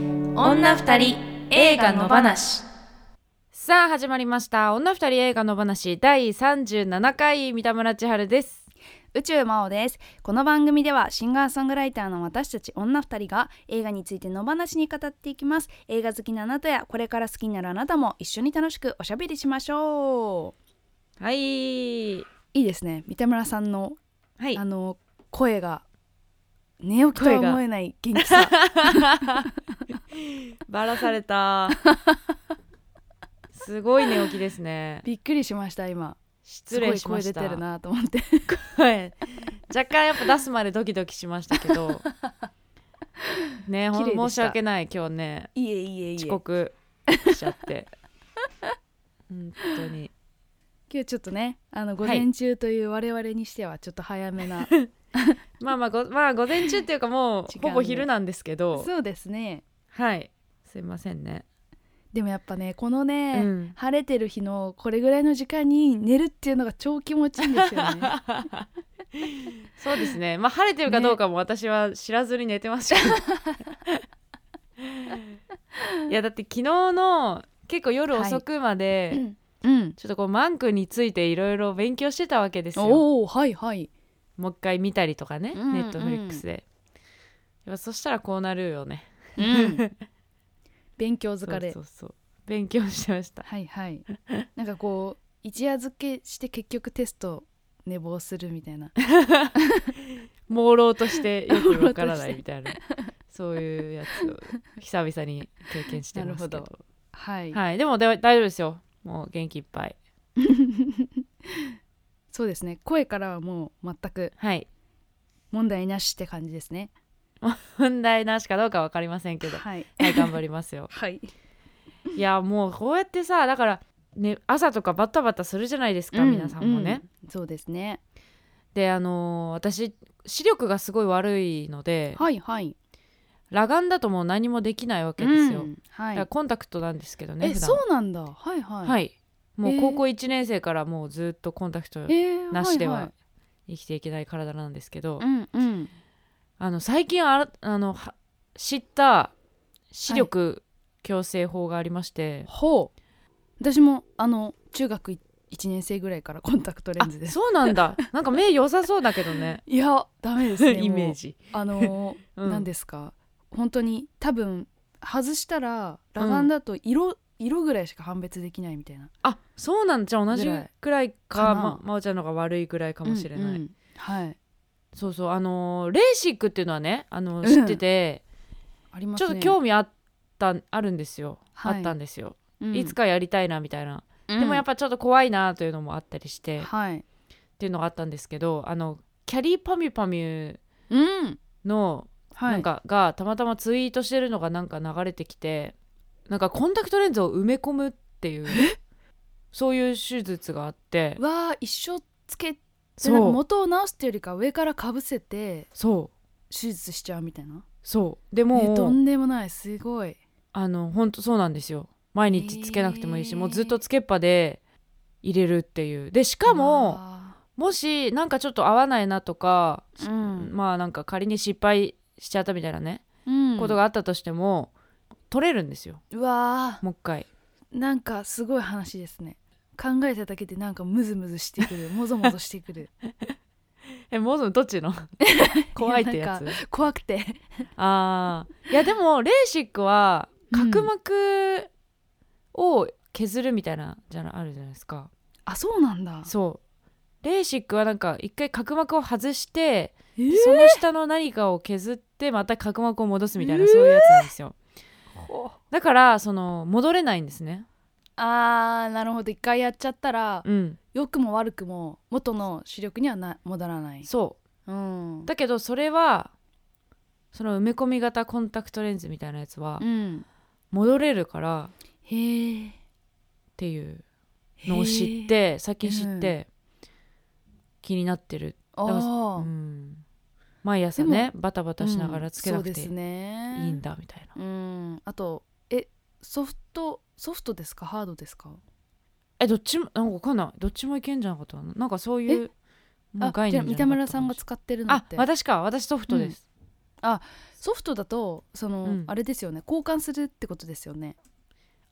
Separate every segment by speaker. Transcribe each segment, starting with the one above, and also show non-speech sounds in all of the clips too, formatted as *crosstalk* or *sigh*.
Speaker 1: 女二人映画の話
Speaker 2: さあ始まりました女二人映画の話第37回三田村千春です
Speaker 3: 宇宙魔王ですこの番組ではシンガーソングライターの私たち女二人が映画についての話に語っていきます映画好きなあなたやこれから好きになるあなたも一緒に楽しくおしゃべりしましょう
Speaker 2: はい
Speaker 3: いいですね三田村さんの、
Speaker 2: はい
Speaker 3: あの声が寝起きとは思えない元気さ *laughs*
Speaker 2: バラされた *laughs* すごい寝起きですね
Speaker 3: びっくりしました今
Speaker 2: 失礼し
Speaker 3: すご
Speaker 2: ま
Speaker 3: い声出
Speaker 2: した
Speaker 3: てるなと思って
Speaker 2: 声若干やっぱ出すまでドキドキしましたけ
Speaker 3: *laughs*
Speaker 2: どねほ
Speaker 3: 綺麗でした
Speaker 2: ん申し訳ない今日ね
Speaker 3: いえいえいえ
Speaker 2: 遅
Speaker 3: 今
Speaker 2: 刻しちゃって
Speaker 3: *laughs*
Speaker 2: 本当に
Speaker 3: 日ちょっとねあの午
Speaker 2: はい
Speaker 3: 前中という我々にしてはちょっと早めな、
Speaker 2: まあまあごまあ午前中っていうかもう
Speaker 3: 時間ね
Speaker 2: ほぼ昼なんですけ
Speaker 3: *laughs*
Speaker 2: ど
Speaker 3: そうですね
Speaker 2: はいすいませんね、
Speaker 3: でもやっぱねこのね、
Speaker 2: うん
Speaker 3: 晴れてる日のこれぐらいの時間に寝るっていうのが超気持ちいいんですよ
Speaker 2: *laughs*
Speaker 3: ね
Speaker 2: そうですね。まあ晴れてるかどうかも私は知らずに寝てましたけ
Speaker 3: *laughs*
Speaker 2: ど。いやだって昨日の結構夜遅くまで、
Speaker 3: うん
Speaker 2: ちょっとこうマンクについていろいろ勉強してたわけですよ。
Speaker 3: おおはいはい
Speaker 2: もう一回見たりとかね、
Speaker 3: うんうん
Speaker 2: ネットフリックスで。やっぱそしたらこうなるよね。
Speaker 3: 勉強疲れ
Speaker 2: そうそうそう勉強してました。
Speaker 3: はいはいなんかこう一夜漬けして結局テスト寝坊するみたいな
Speaker 2: 朦朧としてよくわからな
Speaker 3: 朦朧とし
Speaker 2: い
Speaker 3: て
Speaker 2: みたいな。そういうやつを久々に経験してますけ
Speaker 3: なる
Speaker 2: ど
Speaker 3: ほはい、
Speaker 2: はい、でもだ大丈夫ですよ。もう元気いっぱい。
Speaker 3: そうですね声からはもう全く
Speaker 2: はい。
Speaker 3: 問題なしって感じですね
Speaker 2: 問題なしかどうかわかりませんけ
Speaker 3: *laughs*
Speaker 2: ど、は
Speaker 3: はい
Speaker 2: い、頑張りますよ。
Speaker 3: はい
Speaker 2: いや、もうこうやってさ、だから、ね、朝とかバタバタするじゃないですか、皆さんもね。、
Speaker 3: うそうですね
Speaker 2: で、あのー私、視力がすごい悪いので、
Speaker 3: はいはい
Speaker 2: 裸眼だともう何もできないわけですよ。
Speaker 3: う
Speaker 2: だ
Speaker 3: んは
Speaker 2: か
Speaker 3: い、
Speaker 2: らコンタクトなんですけどね、
Speaker 3: え
Speaker 2: 普段
Speaker 3: そうなんだはいはい、
Speaker 2: はいい。もう高校1年生からもうずっとコンタクト
Speaker 3: えー、
Speaker 2: なしで
Speaker 3: い
Speaker 2: はい生きていけない体なんですけど、
Speaker 3: うんうん
Speaker 2: あの最近あらあのは知った視力矯正法がありまして、
Speaker 3: ほう私もあの中学1年生ぐらいからコンタクトレンズで
Speaker 2: あ
Speaker 3: す
Speaker 2: そうな
Speaker 3: *laughs*
Speaker 2: んだなんか目良さそうだけどね
Speaker 3: いやダメですねもう
Speaker 2: *laughs* イメージ、
Speaker 3: あのー
Speaker 2: *laughs* うん
Speaker 3: 何ですか本当に多分外したら裸眼だと色、色ぐらいしか判別できないみたいな
Speaker 2: あそうなんだじゃあ同じくらい
Speaker 3: ぐら
Speaker 2: か
Speaker 3: いかな
Speaker 2: ままおちゃんの方が悪いぐらいかもしれない、
Speaker 3: うんうんはい
Speaker 2: そうそうあのーレーシックっていうのはねあの
Speaker 3: ん
Speaker 2: 知ってて、
Speaker 3: ありま
Speaker 2: ちょ
Speaker 3: す
Speaker 2: っ
Speaker 3: ね
Speaker 2: と興味あったあるんですよ、
Speaker 3: はい
Speaker 2: あったんですよ、
Speaker 3: うん
Speaker 2: いつかやりたいなみたいな、
Speaker 3: うん
Speaker 2: でもやっぱちょっと怖いなというのもあったりして、っ
Speaker 3: はい
Speaker 2: ていうのがあったんですけどあのキャリーパミュパミュ
Speaker 3: うん
Speaker 2: の
Speaker 3: はい
Speaker 2: なんかがたまたまツイートしてるのがなんか流れてきてなんかコンタクトレンズを埋め込むっていうそういう手術があって
Speaker 3: うわあ一生つけて
Speaker 2: そ
Speaker 3: なんか
Speaker 2: う
Speaker 3: 元を直すっていうよりか上からかぶせて
Speaker 2: そう
Speaker 3: 手術しちゃうみたいな
Speaker 2: そうで
Speaker 3: え
Speaker 2: も、
Speaker 3: とんでもないすごい
Speaker 2: あの本当そうなんですよ毎日つけなくてもいいし、
Speaker 3: へー
Speaker 2: もうずっとつけっぱで入れるっていうでしかも
Speaker 3: あ
Speaker 2: もしなんかちょっと合わないなとか、
Speaker 3: ーうん
Speaker 2: まあなんか仮に失敗しちゃったみたいなね、
Speaker 3: うん
Speaker 2: ことがあったとしても取れるんですよ
Speaker 3: うわ
Speaker 2: もう一回
Speaker 3: ーなんかすごい話ですね考えただけでなんかムズムズしてくる
Speaker 2: *laughs*
Speaker 3: もぞもぞしてくる
Speaker 2: えもうそのどっちの *laughs* 怖いってやつ
Speaker 3: い怖くて
Speaker 2: あーいやでもレーシックは
Speaker 3: うん
Speaker 2: 角膜を削るみたいなじゃなあるじゃないですか、
Speaker 3: あそうなんだ
Speaker 2: そうレーシックはなんか一回角膜を外して、
Speaker 3: え
Speaker 2: でその下の何かを削ってまた角膜を戻すみたいな、そういうやつなんですよだからその戻れないんですね
Speaker 3: あーなるほど一回やっちゃったら
Speaker 2: うん
Speaker 3: 良くも悪くも元の視力にはな戻らない
Speaker 2: そ
Speaker 3: うん
Speaker 2: うだけどそれはその埋め込み型コンタクトレンズみたいなやつは
Speaker 3: うん
Speaker 2: 戻れるからっ
Speaker 3: へえ
Speaker 2: ていうのを知って最近知って、気になってる、
Speaker 3: あ
Speaker 2: だからう
Speaker 3: ー
Speaker 2: ん、毎朝ねバタバタしながらつけなく
Speaker 3: うん
Speaker 2: て
Speaker 3: そう
Speaker 2: い
Speaker 3: です
Speaker 2: い
Speaker 3: ね
Speaker 2: んだみたいな、
Speaker 3: うんあとえソフトソフトですかハードですか
Speaker 2: えどっちもなんかわかんないどっちもいけんじゃなかったかななんかそういうもう
Speaker 3: あじゃあ
Speaker 2: 概念
Speaker 3: 三田村さんが
Speaker 2: っ
Speaker 3: 使ってるの
Speaker 2: あ
Speaker 3: って
Speaker 2: 私か私ソフトです、
Speaker 3: ソフトだとその、
Speaker 2: うん
Speaker 3: あれですよね交換するってことですよね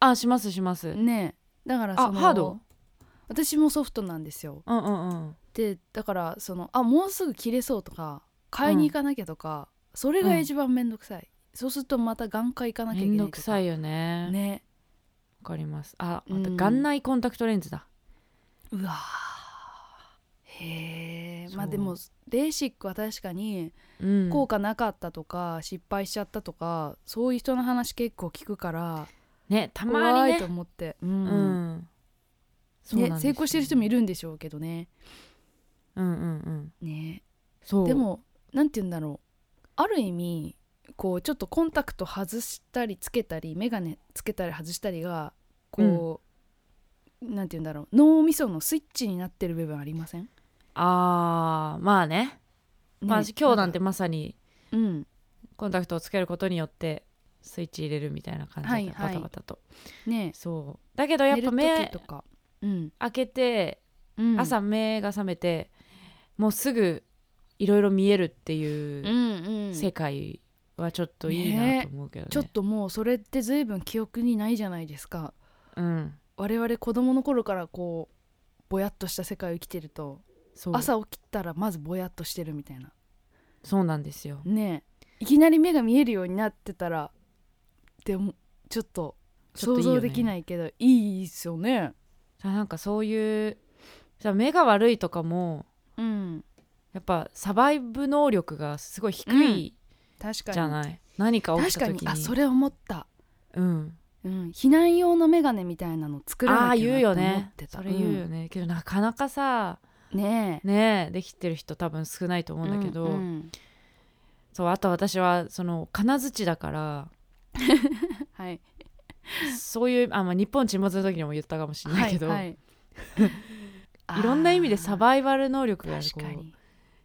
Speaker 2: あしますします、
Speaker 3: ねえだから
Speaker 2: あ
Speaker 3: その
Speaker 2: ハード
Speaker 3: 私もソフトなんですよ
Speaker 2: うんうんうん
Speaker 3: でだからそのあもうすぐ切れそうとか買いに行かなきゃとか、それが一番めんどくさい、そうするとまた眼科行かなきゃい
Speaker 2: め
Speaker 3: けない
Speaker 2: ん
Speaker 3: とか
Speaker 2: どくさいよねわ
Speaker 3: ね
Speaker 2: かりますあ
Speaker 3: うん
Speaker 2: また眼内コンタクトレンズだ、
Speaker 3: うわーへえまあ
Speaker 2: そう
Speaker 3: でもレーシックは確かに
Speaker 2: うん、
Speaker 3: 効果なかったとか、失敗しちゃったとかそういう人の話結構聞くから
Speaker 2: ねたま
Speaker 3: 怖
Speaker 2: に
Speaker 3: いと
Speaker 2: ね
Speaker 3: 思って、う
Speaker 2: うんんそうなん
Speaker 3: ね
Speaker 2: です
Speaker 3: 成
Speaker 2: よ
Speaker 3: 功してる人もいるんでしょうけどね
Speaker 2: うんうんうん
Speaker 3: ね
Speaker 2: そう
Speaker 3: でもなんて言うんだろうある意味こうちょっとコンタクト外したりつけたり眼鏡つけたり外したりがこう、なんて言うんだろう脳みそのスイッチになってる部分ありません、
Speaker 2: あーまあねまあ
Speaker 3: ね
Speaker 2: 今日なんてまさに
Speaker 3: うん
Speaker 2: コンタクトをつけることによってスイッチ入れるみたいな感じで、
Speaker 3: はいはい
Speaker 2: バタバタと
Speaker 3: ね
Speaker 2: そうだけどやっぱ
Speaker 3: 寝る
Speaker 2: 目
Speaker 3: 時とか、うん
Speaker 2: 開けて、
Speaker 3: うん、
Speaker 2: 朝目が覚めてもうすぐいろいろ見えるって
Speaker 3: うん
Speaker 2: いう
Speaker 3: うん
Speaker 2: 世界はちょっといいなと思うけどね
Speaker 3: ちょっともうそれって随分記憶にないじゃないですか
Speaker 2: うん
Speaker 3: 我々子供の頃からこうぼやっとした世界を生きてると
Speaker 2: そう
Speaker 3: 朝起きたらまずぼやっとしてるみたいな
Speaker 2: そうなんですよ
Speaker 3: ねえいきなり目が見えるようになってたらでもちょっと
Speaker 2: ちょっ
Speaker 3: 想
Speaker 2: といいよ
Speaker 3: 像
Speaker 2: ね
Speaker 3: できないけどいいっすよね
Speaker 2: さなんかそういうさ目が悪いとかも
Speaker 3: うん
Speaker 2: やっぱサバイブ能力がすごい低い
Speaker 3: 確かに
Speaker 2: じゃない、何か起
Speaker 3: 確
Speaker 2: きた
Speaker 3: か
Speaker 2: 時
Speaker 3: に
Speaker 2: に
Speaker 3: あそれ思った、
Speaker 2: うん
Speaker 3: うん、避難用の眼鏡みたいなの作ら
Speaker 2: ああ
Speaker 3: な
Speaker 2: ー
Speaker 3: き
Speaker 2: 言
Speaker 3: ゃ
Speaker 2: う
Speaker 3: な
Speaker 2: よ
Speaker 3: って思
Speaker 2: ね
Speaker 3: ってた
Speaker 2: それ言うよね、けどなかなかさ
Speaker 3: うんねえ
Speaker 2: ねえできてる人多分少ないと思うんだけど、
Speaker 3: うんうん
Speaker 2: そうあと私はその金槌だから
Speaker 3: はい
Speaker 2: そういうあ、まあ、日本沈没の時にも言ったかもしれないけど、
Speaker 3: はい
Speaker 2: い
Speaker 3: い
Speaker 2: *laughs* ろんな意味でサバイバル能力が
Speaker 3: 確
Speaker 2: こ
Speaker 3: か
Speaker 2: う
Speaker 3: に、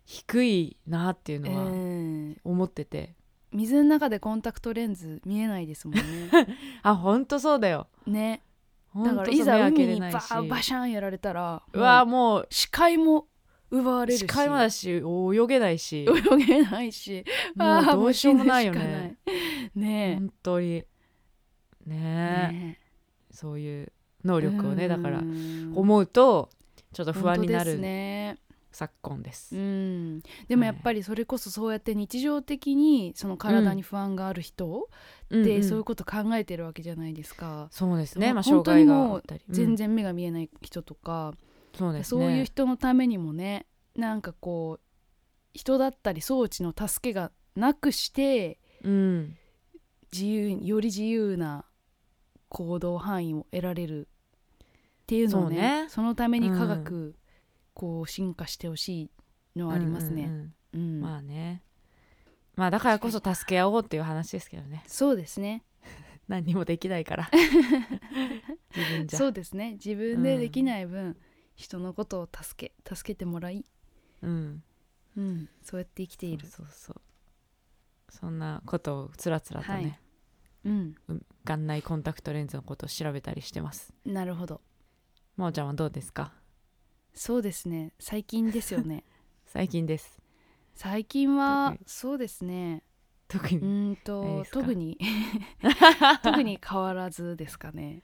Speaker 2: 低いなっていう
Speaker 3: う
Speaker 2: のは
Speaker 3: ん、
Speaker 2: 思ってて、
Speaker 3: 水の中でコンタクトレンズ見えないですもん
Speaker 2: *laughs*
Speaker 3: ね
Speaker 2: あほんとそうだよ
Speaker 3: ね
Speaker 2: ほん
Speaker 3: だ
Speaker 2: と
Speaker 3: から
Speaker 2: そう
Speaker 3: いざ
Speaker 2: 目開
Speaker 3: 海
Speaker 2: けれ
Speaker 3: に
Speaker 2: な
Speaker 3: バ
Speaker 2: いし
Speaker 3: ーバシャンやられたら
Speaker 2: うわ
Speaker 3: も
Speaker 2: もう
Speaker 3: う視界も奪われるし
Speaker 2: 視界もだし泳げないし
Speaker 3: 泳げない *laughs* し
Speaker 2: もう
Speaker 3: あー
Speaker 2: どうしようもないよ
Speaker 3: 死ぬしか
Speaker 2: ね
Speaker 3: ないね
Speaker 2: 本当に
Speaker 3: え
Speaker 2: ねえ
Speaker 3: ね
Speaker 2: そういう
Speaker 3: え
Speaker 2: 能力をねだから
Speaker 3: うん
Speaker 2: 思うとちょっと不安に
Speaker 3: 本
Speaker 2: な
Speaker 3: 当です
Speaker 2: る
Speaker 3: ね
Speaker 2: 昨今です。
Speaker 3: うんでもやっぱりそれこそそうやって日常的にその体に不安がある人っ
Speaker 2: うんう
Speaker 3: て
Speaker 2: ん
Speaker 3: そういうこと考えてるわけじゃないですか、
Speaker 2: そうですね、まあ、
Speaker 3: 本
Speaker 2: 障
Speaker 3: 当に
Speaker 2: 害
Speaker 3: もう
Speaker 2: があったり、うん
Speaker 3: 全然目が見えない人とか、
Speaker 2: そうです
Speaker 3: そ
Speaker 2: ね
Speaker 3: ういう人のためにもねなんかこう人だったり装置の助けがなくして
Speaker 2: うん、
Speaker 3: 自由により自由な行動範囲を得られるっていうのをね
Speaker 2: そ
Speaker 3: そう
Speaker 2: ね
Speaker 3: のために科学、こう進化してほしいのはあります
Speaker 2: うん
Speaker 3: ね。
Speaker 2: うん
Speaker 3: うん
Speaker 2: うんまあねまあだからこそ助け合おうっていう話ですけどね *laughs*
Speaker 3: そうですね
Speaker 2: 何にもできない
Speaker 3: *laughs*
Speaker 2: から自分じゃ
Speaker 3: そうですね自分でできない分、人のことを助け助けてもらい、
Speaker 2: うん、
Speaker 3: うん、そうやって生きている。
Speaker 2: そうそうそんなことをつらつらと
Speaker 3: はい
Speaker 2: ね、
Speaker 3: うん、
Speaker 2: うん眼内コンタクトレンズのことを調べたりしてます
Speaker 3: なるほど
Speaker 2: まおちゃんはどうですか
Speaker 3: そうですね最近ですよね
Speaker 2: 最近です
Speaker 3: 最近は
Speaker 2: 特
Speaker 3: そうですね
Speaker 2: 特に、
Speaker 3: うーん
Speaker 2: ない
Speaker 3: と
Speaker 2: ですか
Speaker 3: 特
Speaker 2: *laughs*
Speaker 3: に特に変わらずですかね。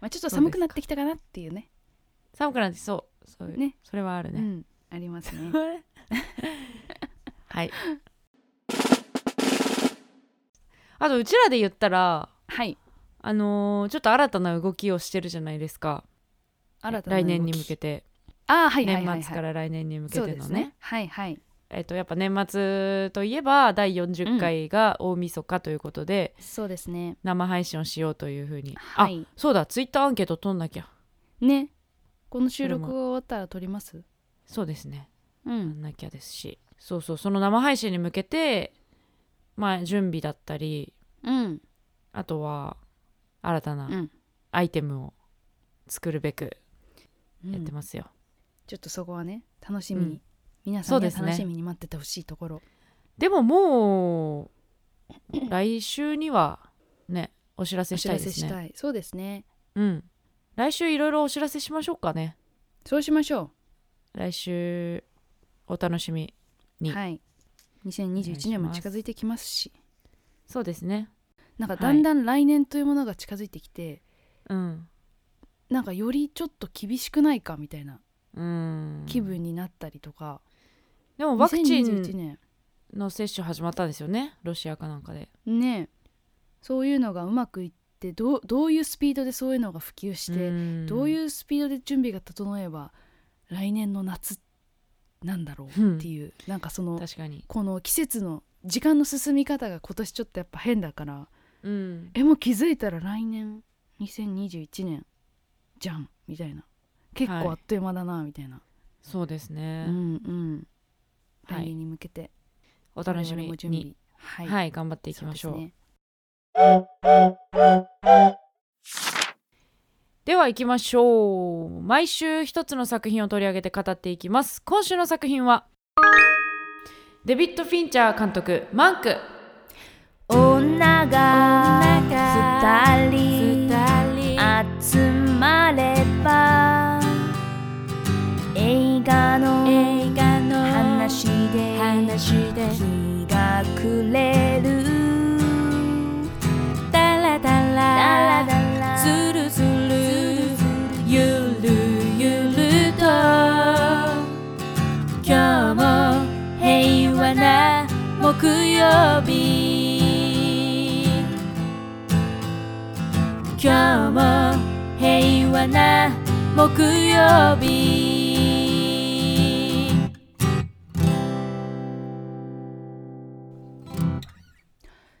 Speaker 3: まあちょっと寒くなってきたかなっていうね。
Speaker 2: 寒くなってそうそういう
Speaker 3: ね
Speaker 2: それはある
Speaker 3: う
Speaker 2: ね、
Speaker 3: んあります
Speaker 2: *laughs*
Speaker 3: ね。
Speaker 2: はいあとうちらで言ったら
Speaker 3: はい。
Speaker 2: あのーちょっと新たな動きをしてるじゃないですか
Speaker 3: 新たな動
Speaker 2: 来
Speaker 3: き
Speaker 2: 年に向けて、
Speaker 3: あーはいはいはいはい。
Speaker 2: 年末から来年に向け
Speaker 3: そう
Speaker 2: て
Speaker 3: で
Speaker 2: の
Speaker 3: す
Speaker 2: ね
Speaker 3: ね。はいはい。
Speaker 2: えっとやっぱ年末といえば第40回が大晦日ということで、
Speaker 3: そうですね。
Speaker 2: 生配信をしようというふうに、
Speaker 3: は
Speaker 2: あ
Speaker 3: い。
Speaker 2: そうだツイッターアンケート取んなきゃ
Speaker 3: ねこの収録
Speaker 2: そ
Speaker 3: が
Speaker 2: れ
Speaker 3: 終わったら撮ります。
Speaker 2: そうですね
Speaker 3: う
Speaker 2: なん
Speaker 3: ん
Speaker 2: なきゃですしそうそうその生配信に向けてまあ準備だったり
Speaker 3: うん
Speaker 2: あとは新た
Speaker 3: う。
Speaker 2: なんアイテムを作るべくやって
Speaker 3: うん
Speaker 2: ますよ、
Speaker 3: ちょっとそこはね楽しみ
Speaker 2: う
Speaker 3: に
Speaker 2: ん
Speaker 3: 皆さ
Speaker 2: そ
Speaker 3: ん
Speaker 2: う
Speaker 3: に
Speaker 2: で
Speaker 3: は
Speaker 2: すね
Speaker 3: 楽しみに待っててほしいところ。
Speaker 2: でももう来週にはねお知らせ
Speaker 3: お
Speaker 2: し
Speaker 3: 知
Speaker 2: た
Speaker 3: ら
Speaker 2: いで
Speaker 3: せ
Speaker 2: す
Speaker 3: し
Speaker 2: ね
Speaker 3: たい。そうですね。
Speaker 2: うん来週いろいろお知らせしましょうかね
Speaker 3: そうしましょ
Speaker 2: 来週お楽しみ
Speaker 3: う。
Speaker 2: に
Speaker 3: はい。 2021年も近づいてきますし
Speaker 2: そうですね
Speaker 3: なんかだんだん来年というものが近づいてきて、
Speaker 2: うん
Speaker 3: なんかよりちょっと厳しくないかみたいな
Speaker 2: うん
Speaker 3: 気分になったりとか、
Speaker 2: でもワクチ
Speaker 3: 2021
Speaker 2: ン
Speaker 3: 年
Speaker 2: の接種始まったんですよねロシアかなんかで
Speaker 3: ねえそういうのがうまくいってどうどういうスピードでそういうのが普及して、どう
Speaker 2: う
Speaker 3: いうスピードで準備が整えば来年の夏なんだろう
Speaker 2: っ
Speaker 3: っていう、なんかその
Speaker 2: 確かに
Speaker 3: この季節の時間の進み方が今年ちょっとやっぱ変だから
Speaker 2: うん
Speaker 3: えもう気づいたら来年2021年じゃんみたいな結
Speaker 2: はい
Speaker 3: 構あっという間だなみたいな、
Speaker 2: そうですね、
Speaker 3: うんうん
Speaker 2: はい
Speaker 3: 来年に向けて
Speaker 2: お楽し
Speaker 3: 我々
Speaker 2: み
Speaker 3: も準
Speaker 2: に
Speaker 3: 備はい、
Speaker 2: はい、頑張っていきましょう
Speaker 3: そ
Speaker 2: で
Speaker 3: ですね
Speaker 2: は行きましょう毎週一つの作品を取り上げて語っていきます今週の作品はデビッド・フィンチャー監督マンク
Speaker 4: 女が二人集まれば映画の話で日が暮れるダラダラズルズルゆるゆると今日も平和な木曜日今日も平和な木曜日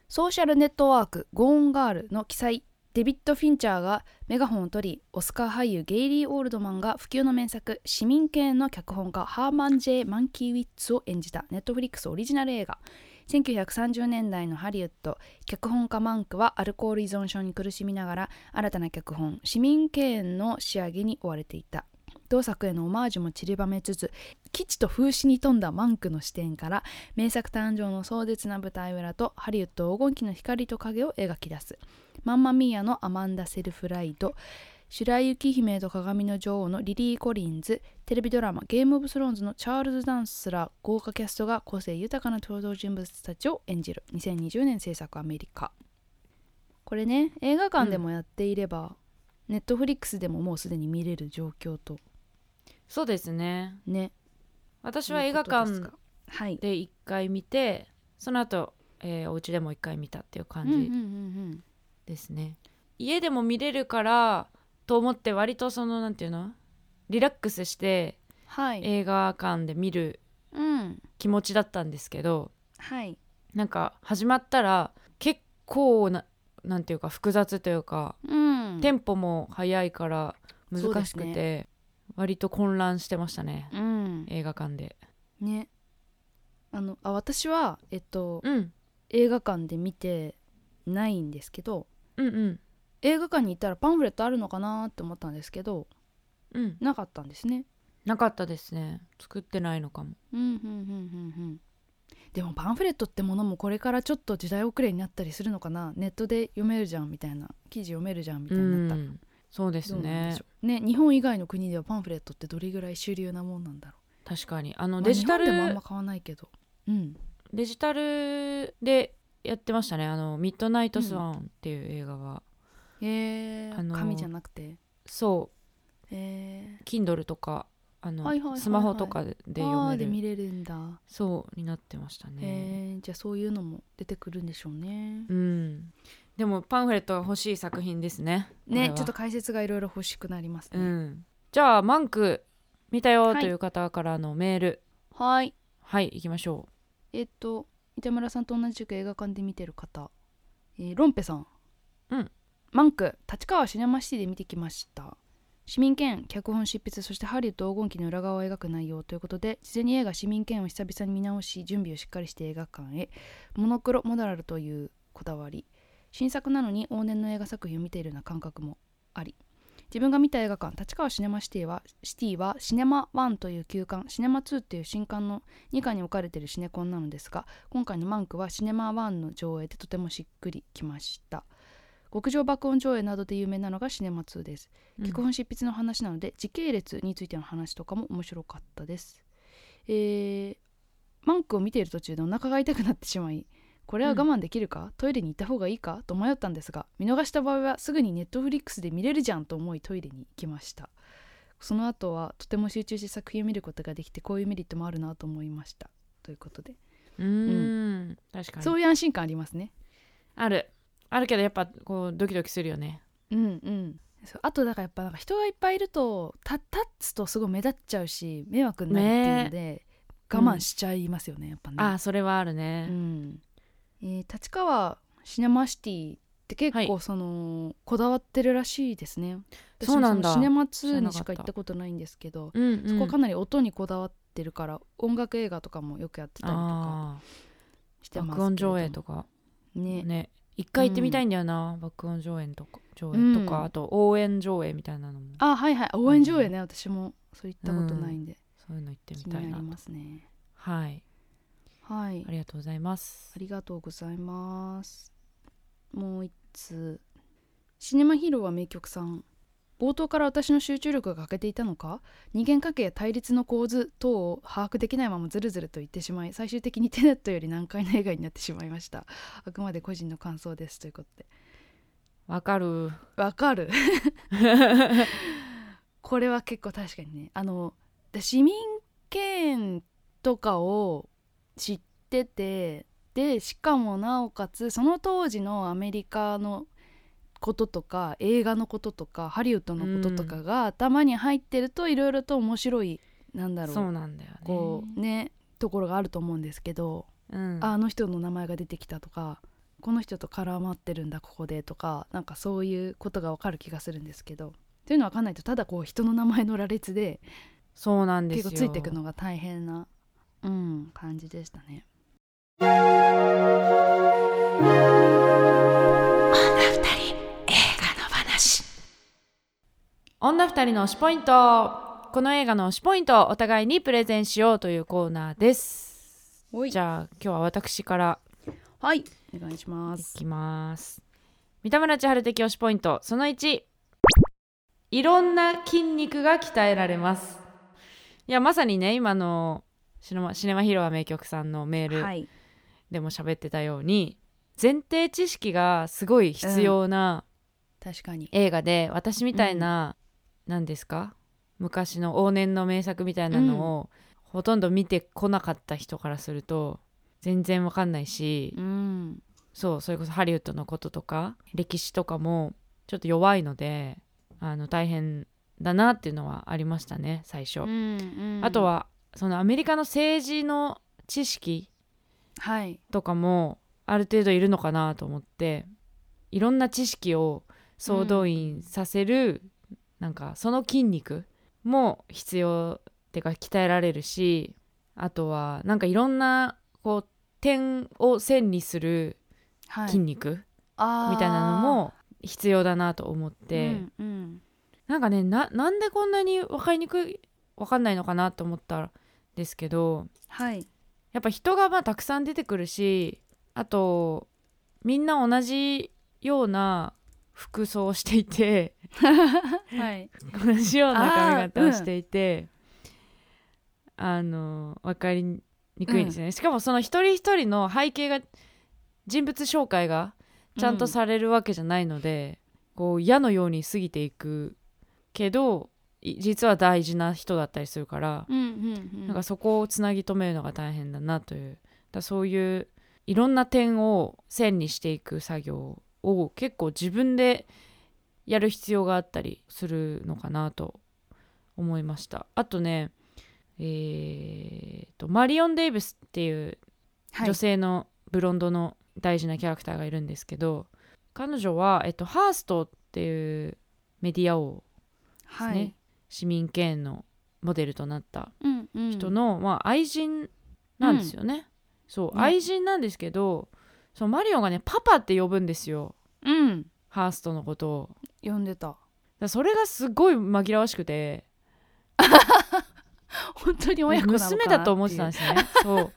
Speaker 3: ソーシャルネットワーク「ゴーンガール」の記載デビッド・フィンチャーがメガホンを取りオスカー俳優ゲイリー・オールドマンが不及の名作「市民権の脚本家ハーマン・ジェイ・マンキーウィッツを演じたネットフリックスオリジナル映画1930年代のハリウッド脚本家マンクはアルコール依存症に苦しみながら新たな脚本「市民権の仕上げに追われていた同作へのオマージュも散りばめつつ基地と風刺に富んだマンクの視点から名作誕生の壮絶な舞台裏とハリウッド黄金期の光と影を描き出すマンマミーアのアマンダ・セルフライド白雪姫と鏡の女王のリリー・コリンズテレビドラマ「ゲーム・オブ・スローンズ」のチャールズ・ダンスすら豪華キャストが個性豊かな登場人物たちを演じる2020年制作アメリカこれね映画館でもやっていれば、ネットフリックスでももうすでに見れる状況と
Speaker 2: そうですね
Speaker 3: ね
Speaker 2: 私は映画館
Speaker 3: いうことですがはい
Speaker 2: で一回見てその後、えー、お家でも一回見たっていう
Speaker 3: う
Speaker 2: 感
Speaker 3: んうん
Speaker 2: じ
Speaker 3: うんうん
Speaker 2: ですね、家でも見れるからと思って割とそのなんていうのリラックスして
Speaker 3: はい
Speaker 2: 映画館で見る
Speaker 3: うん
Speaker 2: 気持ちだったんですけど
Speaker 3: はい
Speaker 2: なんか始まったら結構ななんていうか複雑というか、
Speaker 3: うん
Speaker 2: テンポも速いから
Speaker 3: そうで
Speaker 2: 難し
Speaker 3: す
Speaker 2: くて、
Speaker 3: ね
Speaker 2: 割と混乱してましたね、
Speaker 3: うん
Speaker 2: 映画館で
Speaker 3: ねあのあ私はえっと
Speaker 2: うん
Speaker 3: 映画館で見てないんですけど
Speaker 2: うんうん
Speaker 3: 映画館に行ったらパンフレットあるのかなって思ったんですけど
Speaker 2: うん
Speaker 3: なかったんですね
Speaker 2: なかったですね作ってないのかも
Speaker 3: うんうんうんうんうんでもパンフレットってものもこれからちょっと時代遅れになったりするのかなネットで読めるじゃんみたいな記事読めるじゃんみたいになった
Speaker 2: うんそうです
Speaker 3: どうなんで
Speaker 2: ね
Speaker 3: しょうね日本以外の国ではパンフレットってどれぐらい主流なもんなんだろ
Speaker 2: 確かにあ
Speaker 3: う
Speaker 2: のデジタ
Speaker 3: まあ日本でもあん
Speaker 2: ル
Speaker 3: ま買わないけどうん
Speaker 2: デジタルでやってましたねあの「ミッドナイトスワン」っていう映画は、
Speaker 3: へえ
Speaker 2: あのー
Speaker 3: 紙じゃなくて
Speaker 2: そ
Speaker 3: え
Speaker 2: う Kindle とかあの、
Speaker 3: はいはいはいはい
Speaker 2: スマホとかで
Speaker 3: ー、
Speaker 2: 読
Speaker 3: あ
Speaker 2: め
Speaker 3: ーで
Speaker 2: る
Speaker 3: 見れるんだ
Speaker 2: そうになってましたね、
Speaker 3: えーじゃあそういうのも出てくるんでしょうね。
Speaker 2: うんでもパンフレットが欲しい作品ですねこれ
Speaker 3: ね
Speaker 2: は
Speaker 3: ちょっと解説がいろいろ欲しくなります
Speaker 2: う
Speaker 3: ね。
Speaker 2: んじゃあマンク見たよ
Speaker 3: はい
Speaker 2: という方からのメール
Speaker 3: はい
Speaker 2: はい、行きましょ
Speaker 3: えっと板村さんと同じく映画館で見てる方、えーロンペさん、
Speaker 2: うん、
Speaker 3: マンク立川シネマシティで見てきました。市民権脚本執筆そしてハリウッド黄金期の裏側を描く内容ということで事前に映画「市民権」を久々に見直し準備をしっかりして映画館へモノクロモダラルというこだわり新作なのに往年の映画作品を見ているような感覚もあり自分が見た映画館立川シネマシティはシティはシネマ1という旧館シネマ2という新館の2階に置かれているシネコンなのですが今回のマンクはシネマ1の上映でとてもしっくりきました極上爆音上映などで有名なのがシネマ2です
Speaker 2: う、
Speaker 3: 脚本執筆の話なので時系列についての話とかも面白かったです。えーマンクを見ている途中でお腹が痛くなってしまいこれは我慢できるか、トイレに行った方がいいかと迷ったんですが見逃した場合はすぐにネットフリックスで見れるじゃんと思いトイレに行きましたその後はとても集中して作品を見ることができてこういうメリットもあるなと思いましたということで、
Speaker 2: うーん確かに
Speaker 3: そういう安心感ありますね
Speaker 2: あるあるけどやっぱこうドキドキするよね
Speaker 3: うんうんそうあとだからやっぱなんか人がいっぱいいるとた立つとすごい目立っちゃうし迷惑になるっていうので、我慢しちゃいますよね、やっぱね
Speaker 2: あーそれはある
Speaker 3: う
Speaker 2: ね
Speaker 3: んえー立川シネマシティって結
Speaker 2: は
Speaker 3: 構その、こだわってるらしいですね私も
Speaker 2: そうなんだ
Speaker 3: のシネマ2
Speaker 2: 知らな
Speaker 3: に
Speaker 2: かった
Speaker 3: しか行ったことないんですけど、
Speaker 2: うん、うん、
Speaker 3: そこはかなり音にこだわってるから音楽映画とかもよくやってたりとか
Speaker 2: あ
Speaker 3: して
Speaker 2: ー
Speaker 3: ますけれど
Speaker 2: 爆音上映とか
Speaker 3: ね
Speaker 2: ね一回行ってみたいんだよな、爆音上映とか上
Speaker 3: う
Speaker 2: 映
Speaker 3: ん
Speaker 2: とか、あと応援上映みたいなのも
Speaker 3: あはいはい応援上映ね、私もそう行ったことないんで、
Speaker 2: そういうの行ってみ
Speaker 3: 気に
Speaker 2: た
Speaker 3: ないり
Speaker 2: なと
Speaker 3: ますね
Speaker 2: はい
Speaker 3: はい
Speaker 2: ありがとうございます
Speaker 3: ありがとうございます。もう一つ。シネマヒーローは名曲さん。冒頭から私の集中力が欠けていたのか人間関係や対立の構図等を把握できないままずるずると言ってしまい最終的にテネットより難解な映画になってしまいましたあくまで個人の感想ですということで
Speaker 2: わかる
Speaker 3: わかるこれは結構確かにねあので市民権とかを知っててでしかもなおかつその当時のアメリカのこととか映画のこととかハリウッドのこととかが頭に入ってるといろいろと面白いなんだろう
Speaker 2: そうなんだよね
Speaker 3: こうねところがあると思うんですけど、
Speaker 2: うん、
Speaker 3: ああの人の名前が出てきたとかこの人と絡まってるんだここでとかなんかそういうことがわかる気がするんですけどというのは分かんないとただこう人の名前の羅列で
Speaker 2: そうなんです
Speaker 3: 結構
Speaker 2: よ
Speaker 3: ついていくのが大変な、うん、感じでしたね。
Speaker 2: 女二人の推しポイントこの映画の推しポイントをお互いにプレゼンしようというコーナーです
Speaker 3: おい
Speaker 2: じゃあ今日は私から
Speaker 3: はいお願いしま
Speaker 2: い
Speaker 3: す。
Speaker 2: きます三田村千春的推しポイントその1いろんな筋肉が鍛えられますいやまさにね今のシネマシネマヒーローは名曲さんのメール、
Speaker 3: はい、
Speaker 2: でも喋ってたように前提知識がすごい必要な
Speaker 3: 確かに。
Speaker 2: 映画で、私みたいな何、なん、ですか昔の往年の名作みたいなのを、ほとんど見てこなかった人からすると全然わかんないし、
Speaker 3: うん、
Speaker 2: そうそれこそハリウッドのこととか歴史とかもちょっと弱いのであの大変だなっていうのはありましたね最初、あと、はそのアメリカの政治の知識
Speaker 3: はい、
Speaker 2: とかもある程度いるのかなと思っていろんな知識を総動員させる、なんかその筋肉も必要ってか鍛えられるしあとはなんかいろんなこう点を線にする
Speaker 3: はい、
Speaker 2: 筋肉、み
Speaker 3: み
Speaker 2: たいなのも必要だなと思って、
Speaker 3: うんうん
Speaker 2: なんかねななんでこんなに分かりにくい分かんないのかなと思ったんですけど
Speaker 3: はい、
Speaker 2: やっぱ人がまあたくさん出てくるしあとみんな同じような服装をしていて
Speaker 3: はい、
Speaker 2: 同じような髪型
Speaker 3: あーう
Speaker 2: を
Speaker 3: ん
Speaker 2: していてあ,、の分かりにくいんですよね、しかもその一人一人の背景が人物紹介がちゃんとされるわけじゃないので、こう矢のように過ぎていくけどい実は大事な人だったりするから、
Speaker 3: うんうんうん、
Speaker 2: なんかそこをつなぎ止めるのが大変だなというだからそういういろんな点を線にしていく作業を結構自分でやる必要があったりするのかなと思いましたあとねえーとマリオン・デイビスっていう
Speaker 3: はい
Speaker 2: 女性のブロンドの大事なキャラクターがいるんですけど、彼女は、えっと、ハーストっていうメディア王ですね、
Speaker 3: はい、
Speaker 2: 市民権のモデルとなった
Speaker 3: うんうん、
Speaker 2: 人の、まあ、愛人なんですよね、そう、
Speaker 3: ね
Speaker 2: 愛人なんですけどそのマリオンがねパパって呼ぶんですよ
Speaker 3: うん、
Speaker 2: ハーストのことをだか
Speaker 3: 呼んでた。
Speaker 2: らそれがすごい紛らわしくて
Speaker 3: 本当に親子なのかな
Speaker 2: 娘だと思ってたん
Speaker 3: で
Speaker 2: ですよねそう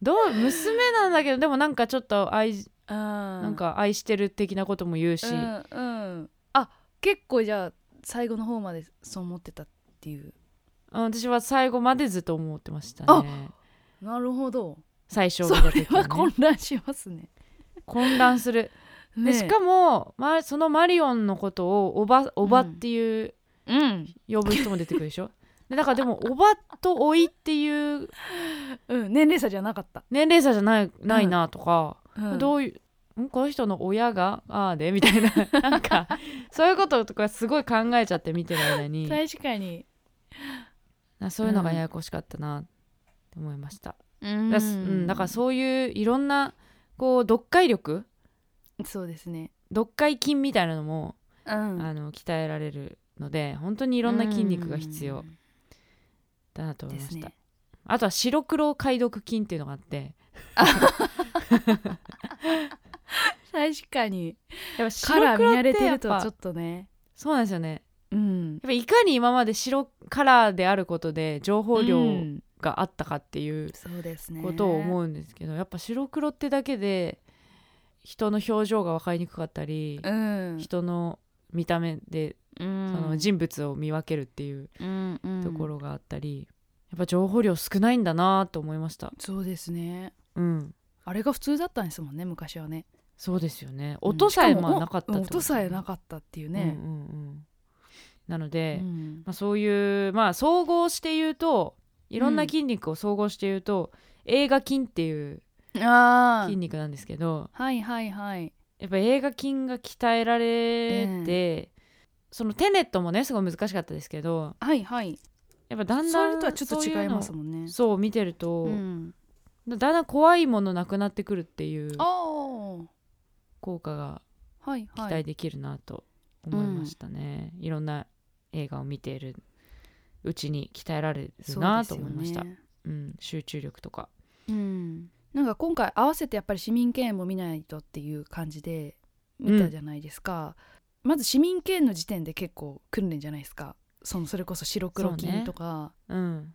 Speaker 2: どう娘なんだけどでもなんかちょっと愛じ
Speaker 3: な
Speaker 2: なんか愛してる的なことも言うし、
Speaker 3: うんうん、あ結構じゃあ最後の方までそう思ってたっていう
Speaker 2: 私は最後までずっと思ってました
Speaker 3: あ
Speaker 2: ね
Speaker 3: なるほど
Speaker 2: 最初
Speaker 3: そ
Speaker 2: 見
Speaker 3: れ
Speaker 2: た時
Speaker 3: は
Speaker 2: は、
Speaker 3: 混
Speaker 2: ね、
Speaker 3: 乱しますね
Speaker 2: 混乱する、
Speaker 3: ね
Speaker 2: でしかも、ま、そのマリオンのことをおばおばっていう
Speaker 3: うん、
Speaker 2: 呼ぶ人も出てくるでしょ *laughs* でだからでもおばとおいっていう
Speaker 3: うん、年齢差じゃなかった、
Speaker 2: 年齢差じゃないないなとか、
Speaker 3: うん、
Speaker 2: どういうんこの人の親がああでみたいな *laughs* なんかそういうこととかすごい考えちゃって見てる
Speaker 3: *laughs*
Speaker 2: 間に
Speaker 3: 確かに
Speaker 2: なそういうのがややこしかったなって思いました、
Speaker 3: う
Speaker 2: だすうんだからそういういろんなこう読解力
Speaker 3: そうですね
Speaker 2: 読解筋みたいなのも、
Speaker 3: うん
Speaker 2: あの鍛えられるので本当にいろんな筋肉が必要だなと
Speaker 3: うん
Speaker 2: 思い
Speaker 3: で
Speaker 2: ますした、
Speaker 3: ね
Speaker 2: あとは白黒解読筋っていうのがあって
Speaker 3: 確かに
Speaker 2: やっぱ
Speaker 3: カラー
Speaker 2: 白
Speaker 3: 見
Speaker 2: 黒
Speaker 3: 慣
Speaker 2: って
Speaker 3: れて
Speaker 2: や
Speaker 3: る
Speaker 2: っ
Speaker 3: と
Speaker 2: ぱ
Speaker 3: ちょっとね
Speaker 2: そうなんですよね
Speaker 3: うん
Speaker 2: やっぱいかに今まで白カラーであることで情報量
Speaker 3: うん
Speaker 2: があったかっていう
Speaker 3: そうですね
Speaker 2: ことを思うんですけど、やっぱ白黒ってだけで人の表情が分かりにくかったり、
Speaker 3: うん
Speaker 2: 人の見た目で
Speaker 3: そ
Speaker 2: その人物を見分けるっていうとこ
Speaker 3: ろ
Speaker 2: ろがあったり、やっぱ情報量少ないんだなと思いました。
Speaker 3: そうですね
Speaker 2: うん
Speaker 3: あれが普通だったんですもんね昔はね
Speaker 2: そうですよね音さえまあなかった
Speaker 3: うんしも音さえ
Speaker 2: か
Speaker 3: なかったっていう
Speaker 2: ったね
Speaker 3: ね、
Speaker 2: うんうんうんなので、
Speaker 3: うん
Speaker 2: まあ、そういう、まあ、総合して言うといろんな筋肉を総合して言うと、映画筋っていう
Speaker 3: ああ
Speaker 2: 筋肉なんですけど、
Speaker 3: はいはいはい
Speaker 2: やっぱ映画筋が鍛えられて、そのテネットもねすごい難しかったですけど
Speaker 3: はいはい
Speaker 2: やっぱだん
Speaker 3: そ
Speaker 2: だん
Speaker 3: れとはちょっと違いますもん
Speaker 2: そういう
Speaker 3: ね
Speaker 2: のそう見てると、
Speaker 3: うん
Speaker 2: だんだん怖いものなくなってくるっていう
Speaker 3: ああ
Speaker 2: 効果が
Speaker 3: はい
Speaker 2: 期
Speaker 3: はい
Speaker 2: 待できるなと思いましたね、いろんな映画を見ているうちに鍛えられるなと思いました、
Speaker 3: そうですよね
Speaker 2: うん、集中力とか
Speaker 3: うんなんか今回合わせてやっぱり市民権も見ないとっていう感じで見たじゃないですか、まず市民権の時点で結構訓練じゃないですかそのそれこそ白黒
Speaker 2: そう
Speaker 3: 金
Speaker 2: ね
Speaker 3: とか、
Speaker 2: うん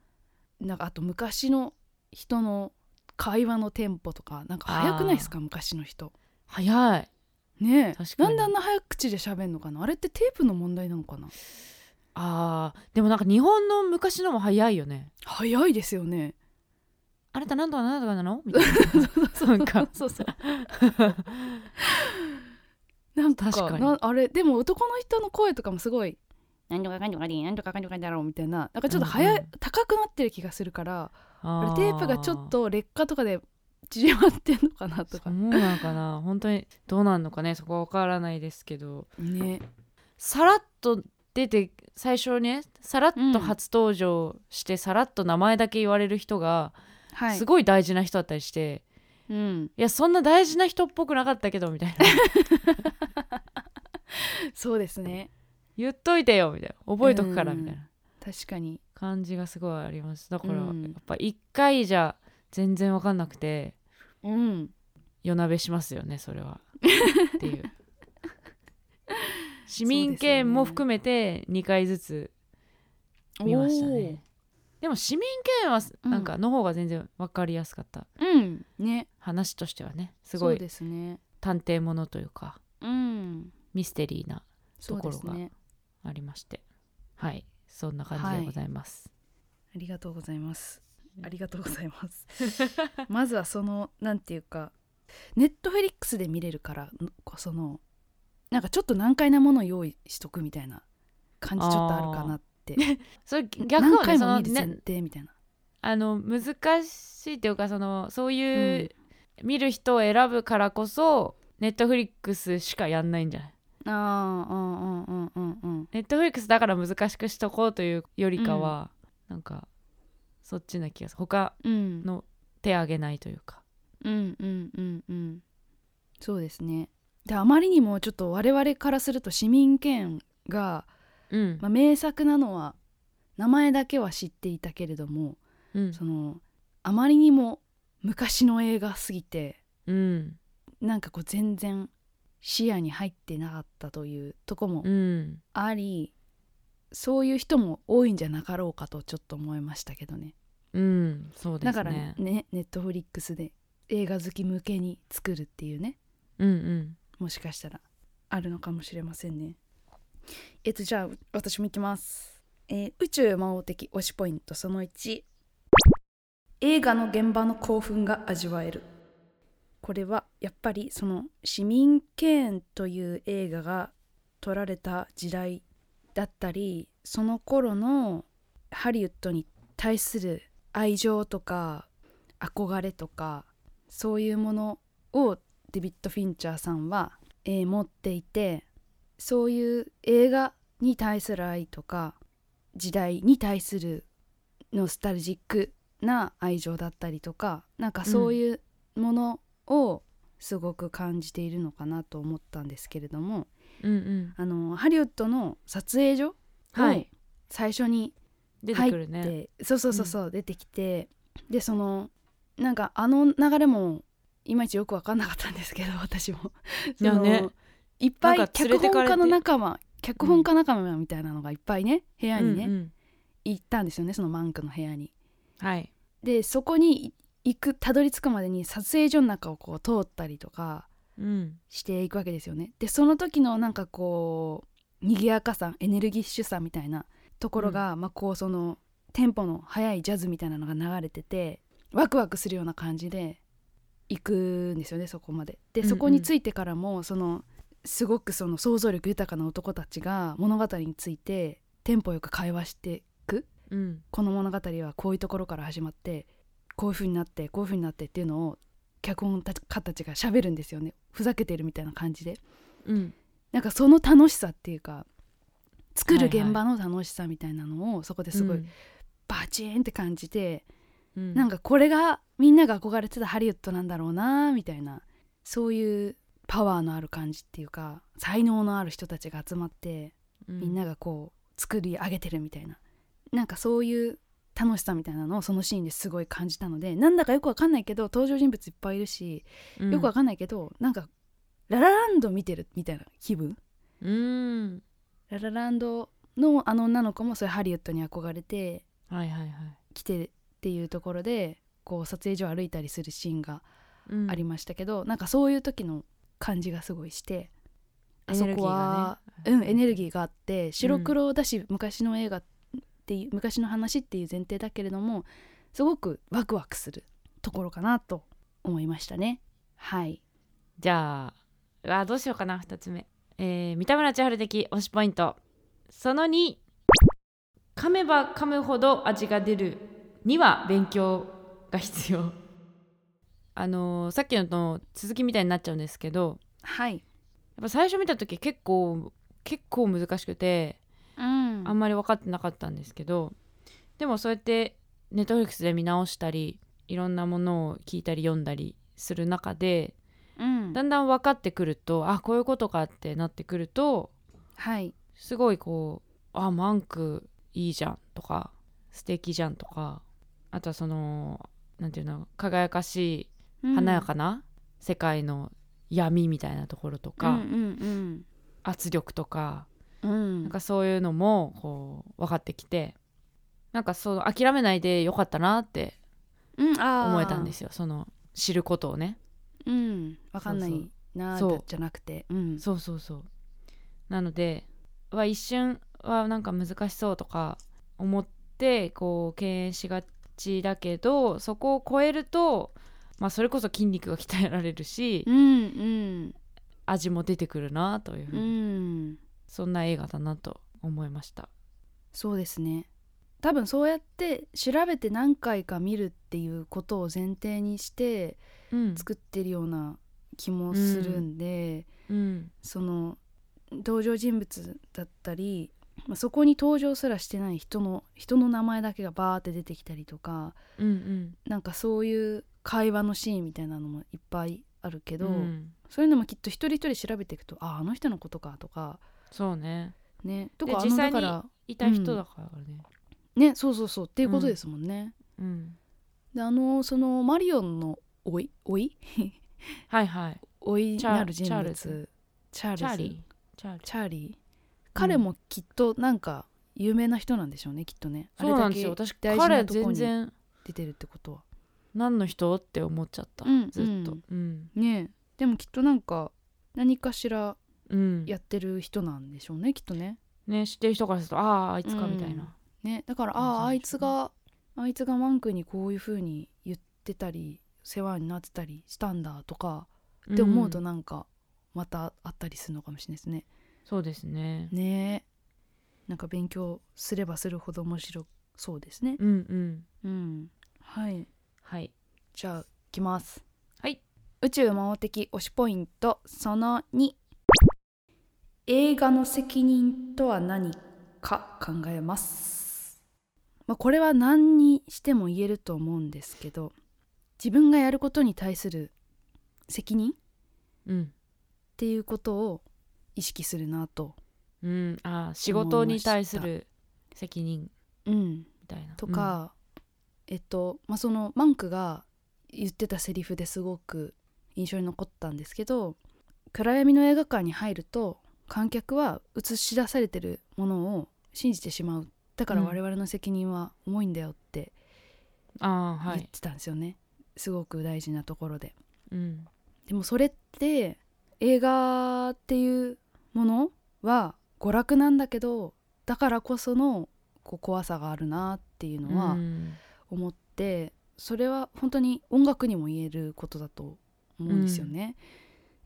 Speaker 3: なんかあと昔の人の会話のテンポとかなんか早くないですか昔の人
Speaker 2: 早い
Speaker 3: ねえ
Speaker 2: 確か
Speaker 3: なん
Speaker 2: に
Speaker 3: であんな早口で喋んのかなあれってテープの問題なのかな
Speaker 2: あーでもなんか日本の昔のも早いよね
Speaker 3: 早いですよね
Speaker 2: あなたなんとかなんとかなのみたいななんか
Speaker 3: *laughs* そうそうなんか
Speaker 2: 確かに
Speaker 3: なあれでも男の人の声とかもすごい「なんとかかんとかでなんとかかんとかだろう」みたいななんかちょっと早い、
Speaker 2: うんうん
Speaker 3: 高くなってる気がするから
Speaker 2: あ
Speaker 3: あれテープがちょっと劣化とかで縮まってんのかなと
Speaker 2: そ
Speaker 3: か
Speaker 2: うなんかな本当にどうなんのかねそこは分からないですけど
Speaker 3: ね
Speaker 2: さらっと出て最初ねさらっと初登場して、さらっと名前だけ言われる人が
Speaker 3: はい
Speaker 2: すごい大事な人だったりして、
Speaker 3: うん、
Speaker 2: いやそんな大事な人っぽくなかったけどみたいな
Speaker 3: そうですね
Speaker 2: 言っといてよみたいな覚えとくから
Speaker 3: うん
Speaker 2: みたいな
Speaker 3: 確かに
Speaker 2: 感じがすごいありますだから、
Speaker 3: うん
Speaker 2: やっぱ一回じゃ全然わかんなくて
Speaker 3: うん
Speaker 2: 夜なべしますよねそれはっ
Speaker 3: *laughs*
Speaker 2: ていう市民権も含めて2回ずつ見ましたねでも市民権は
Speaker 3: うん
Speaker 2: なんかの方が全然わかりやすかった、
Speaker 3: おーうんね
Speaker 2: 話としてはねすご
Speaker 3: そう
Speaker 2: い
Speaker 3: ですね
Speaker 2: 探偵ものというか
Speaker 3: うん
Speaker 2: ミステリーな
Speaker 3: そうです
Speaker 2: ところ
Speaker 3: ね
Speaker 2: ありましてはいそんな感じでございます、
Speaker 3: ありがとうございます。ありがとうございます。 *laughs* まずはそのなんていうか、ネットフェリックスで見れるからこそのなんかちょっと難解なものを用意しとくみたいな感じちょっとあるかなって。
Speaker 2: それ逆
Speaker 3: 何
Speaker 2: はね
Speaker 3: 回
Speaker 2: そ
Speaker 3: も
Speaker 2: の
Speaker 3: 見る前
Speaker 2: ね
Speaker 3: 提みたいな。
Speaker 2: あの難しいというかそのそういう、見る人を選ぶからこそネットフリックスしかやんないんじゃない
Speaker 3: ああ、うんうんうんうんうん。
Speaker 2: ネットフリックスだから難しくしとこうというよりかは、なんかそっちな気がする他
Speaker 3: うん
Speaker 2: の手あげないというか
Speaker 3: うんうんうんうんそうですねであまりにもちょっと我々からすると市民権が、
Speaker 2: うん
Speaker 3: まあ、名作なのは名前だけは知っていたけれども、
Speaker 2: うん
Speaker 3: そのあまりにも昔の映画すぎて
Speaker 2: うん
Speaker 3: なんかこう全然視野に入ってなかったというとこも
Speaker 2: うん
Speaker 3: あり、そういう人も多いんじゃなかろうかとちょっと思いましたけどね
Speaker 2: うんそうで
Speaker 3: だ
Speaker 2: す
Speaker 3: から
Speaker 2: ね
Speaker 3: ねネットフリックスで映画好き向けに作るっていうね
Speaker 2: うんうん
Speaker 3: もしかしたらあるのかもしれませんねえっとじゃあ私も行きます、えー宇宙魔王的推しポイントその1映画の現場の興奮が味わえるこれはやっぱりその「市民権」という映画が撮られた時代だったりその頃のハリウッドに対する愛情とか憧れとかそういうものをデビッド・フィンチャーさんは、えー持っていてそういう映画に対する愛とか時代に対するノスタルジックな愛情だったりとかなんかそういうものをすごく感じているのかなと思ったんですけれども、
Speaker 2: うんうん
Speaker 3: あのハリウッドの撮影所を
Speaker 2: はい
Speaker 3: 最初に
Speaker 2: 出てくるね、
Speaker 3: でそうそうそうそう、出てきてでそのなんかあの流れもいまいちよく分かんなかったんですけど *laughs* 私も。
Speaker 2: いやね
Speaker 3: そのいっぱ
Speaker 2: なん
Speaker 3: い
Speaker 2: か
Speaker 3: 脚
Speaker 2: 連れてか
Speaker 3: 本
Speaker 2: れて
Speaker 3: 家の仲間脚本家仲間みたいなのがいっぱいね部屋にね、
Speaker 2: うんうん
Speaker 3: 行ったんですよねそのマンクの部屋に。
Speaker 2: はい
Speaker 3: でそこに行くたどり着くまでに撮影所の中をこう通ったりとか
Speaker 2: うん
Speaker 3: していくわけですよね。でその時のなんかこう賑やかさエネルギッシュさみたいなところが、まあこうそのテンポの速いジャズみたいなのが流れててワクワクするような感じで行くんですよねそこまで。で
Speaker 2: うんうん
Speaker 3: そこについてからも、そのすごくその想像力豊かな男たちが物語についてテンポよく会話してく
Speaker 2: うん
Speaker 3: この物語はこういうところから始まってこういう風になってこういう風になってっていうのを脚本家たちが喋るんですよねふざけてるみたいな感じで
Speaker 2: うん
Speaker 3: なんかその楽しさっていうか作る
Speaker 2: はいはい
Speaker 3: 現場の楽しさみたいなのをそこですご
Speaker 2: う
Speaker 3: い
Speaker 2: ん
Speaker 3: バチーンって感じて、
Speaker 2: うん、
Speaker 3: なんかこれがみんなが憧れてたハリウッドなんだろうなみたいなそういうパワーのある感じっていうか才能のある人たちが集まってみんながこう作り上げてるみたいななんかそういう楽しさみたいなのをそのシーンですごい感じたのでなんだかよくわかんないけど登場人物いっぱいいるし、
Speaker 2: うん
Speaker 3: よくわかんないけどなんかララランド見てるみたいな気分
Speaker 2: うん
Speaker 3: ララランドのあの女の子もそういうハリウッドに憧れて
Speaker 2: はいはいはい
Speaker 3: 来てっていうところでこう撮影所を歩いたりするシーンが
Speaker 2: うん
Speaker 3: ありましたけど、なんかそういう時の感じがすごいしてあ
Speaker 2: エ
Speaker 3: そ
Speaker 2: ネルギ
Speaker 3: こ
Speaker 2: ーが
Speaker 3: は
Speaker 2: ね
Speaker 3: うん、エネルギーがあって白黒だし、昔の映画っていう昔の話っていう前提だけれどもすごくワクワクするところかなと思いましたねはい
Speaker 2: じゃあうわどうしようかな2つ目、えー三田村千春的推しポイントその2噛めば噛むほど味が出るには勉強が必要 *laughs* あのーさっきのと続きみたいになっちゃうんですけど
Speaker 3: はい
Speaker 2: やっぱ最初見た時結構結構難しくて
Speaker 3: うん
Speaker 2: あんまり分かってなかったんですけどでもそうやってネットフリックスで見直したりいろんなものを聞いたり読んだりする中で
Speaker 3: うん
Speaker 2: だんだん分かってくるとあこういうことかってなってくると
Speaker 3: はい
Speaker 2: すごいこうあマンクいいじゃんとか素敵じゃんとかあとはそのなんていうの輝かしい華やかな世界の闇みたいなところとか、
Speaker 3: うんうん
Speaker 2: 圧力とか
Speaker 3: うんうん
Speaker 2: なんかそういうのもこう分かってきてなんかその諦めないでよかったなって
Speaker 3: うんあー
Speaker 2: 思えたんですよその知ることをね。
Speaker 3: うんわかんな
Speaker 2: そう
Speaker 3: いな
Speaker 2: そう
Speaker 3: ーじゃなくてうん
Speaker 2: そうそうそうなのでは一瞬はなんか難しそうとか思ってこう敬遠しがちだけどそこを超えると、まあ、それこそ筋肉が鍛えられるし、
Speaker 3: うん
Speaker 2: 味も出てくるなというふ
Speaker 3: う
Speaker 2: うに、
Speaker 3: んうん
Speaker 2: そんな映画だなと思いました。
Speaker 3: そうですね多分そうやって調べて何回か見るっていうことを前提にして
Speaker 2: うん
Speaker 3: 作ってるような気もするんで、
Speaker 2: うん
Speaker 3: その登場人物だったりまあそこに登場すらしてない人の人の名前だけがバーって出てきたりとか
Speaker 2: うんうん
Speaker 3: なんかそういう会話のシーンみたいなのもいっぱいあるけど、
Speaker 2: うん
Speaker 3: そういうのもきっと一人一人調べていくとあああの人のことかとか
Speaker 2: そうね
Speaker 3: ねとか
Speaker 2: で
Speaker 3: あ
Speaker 2: 実
Speaker 3: のだ
Speaker 2: 際に
Speaker 3: から
Speaker 2: いた人だからね。
Speaker 3: ねそうそうそうっていうことですもんね。
Speaker 2: うん
Speaker 3: であのそのマリオンのおいおい
Speaker 2: はいはい。
Speaker 3: おいに
Speaker 2: チャー
Speaker 3: なる人物
Speaker 2: チャール
Speaker 3: チャールズ
Speaker 2: チャーリー。チャーリー。
Speaker 3: チャーリー彼もきっとなんか有名な人なんでしょうねきっとね
Speaker 2: そうなんですよ。私
Speaker 3: 大事な
Speaker 2: 彼
Speaker 3: とこ
Speaker 2: 全
Speaker 3: に
Speaker 2: 然
Speaker 3: 出てるってことは
Speaker 2: 何の人って思っちゃった、
Speaker 3: うん
Speaker 2: ずっ
Speaker 3: う
Speaker 2: と
Speaker 3: ん
Speaker 2: うん、
Speaker 3: ねえでもきっとなんか何かしら
Speaker 2: うん
Speaker 3: やってる人なんでしょうねきっとね
Speaker 2: ね知ってる人からするとあああいつかみたいな、
Speaker 3: ねだから
Speaker 2: そうなんでしょう
Speaker 3: ああ
Speaker 2: ね
Speaker 3: あいつがあいつがマンクにこういう風にってたり世話になってたりしたんだとかって思うと
Speaker 2: ん
Speaker 3: なんかまたあったりするのかもしれないですね。
Speaker 2: そうですね
Speaker 3: ねえなんか勉強すればするほど面白そうですね。
Speaker 2: うん
Speaker 3: う
Speaker 2: うん
Speaker 3: ん、はい
Speaker 2: はい
Speaker 3: じゃあ行きます。
Speaker 2: はい
Speaker 3: 宇宙魔王的推しポイントその2映画の責任とは何か考えます、まあ、これは何にしても言えると思うんですけど自分がやることに対する責任っ
Speaker 2: うん
Speaker 3: ていうことを意識するなと、
Speaker 2: うんあー仕事に対する責任
Speaker 3: うん、
Speaker 2: みたいな
Speaker 3: と、か、えっと、まあ、そのマンクが言ってたセリフですごく印象に残ったんですけど暗闇の映画館に入ると観客は映し出されてるものを信じてしまうだから
Speaker 2: うん
Speaker 3: 我々の責任は重いんだよって
Speaker 2: うんあーは
Speaker 3: 言っ
Speaker 2: い
Speaker 3: てたんですよね、すごく大事なところで
Speaker 2: うん
Speaker 3: でもそれって映画っていうものは娯楽なんだけどだからこそのこう怖さがあるなっていうのは、
Speaker 2: うん
Speaker 3: 思ってそれは本当に音楽にも言えることだと思うんですよね。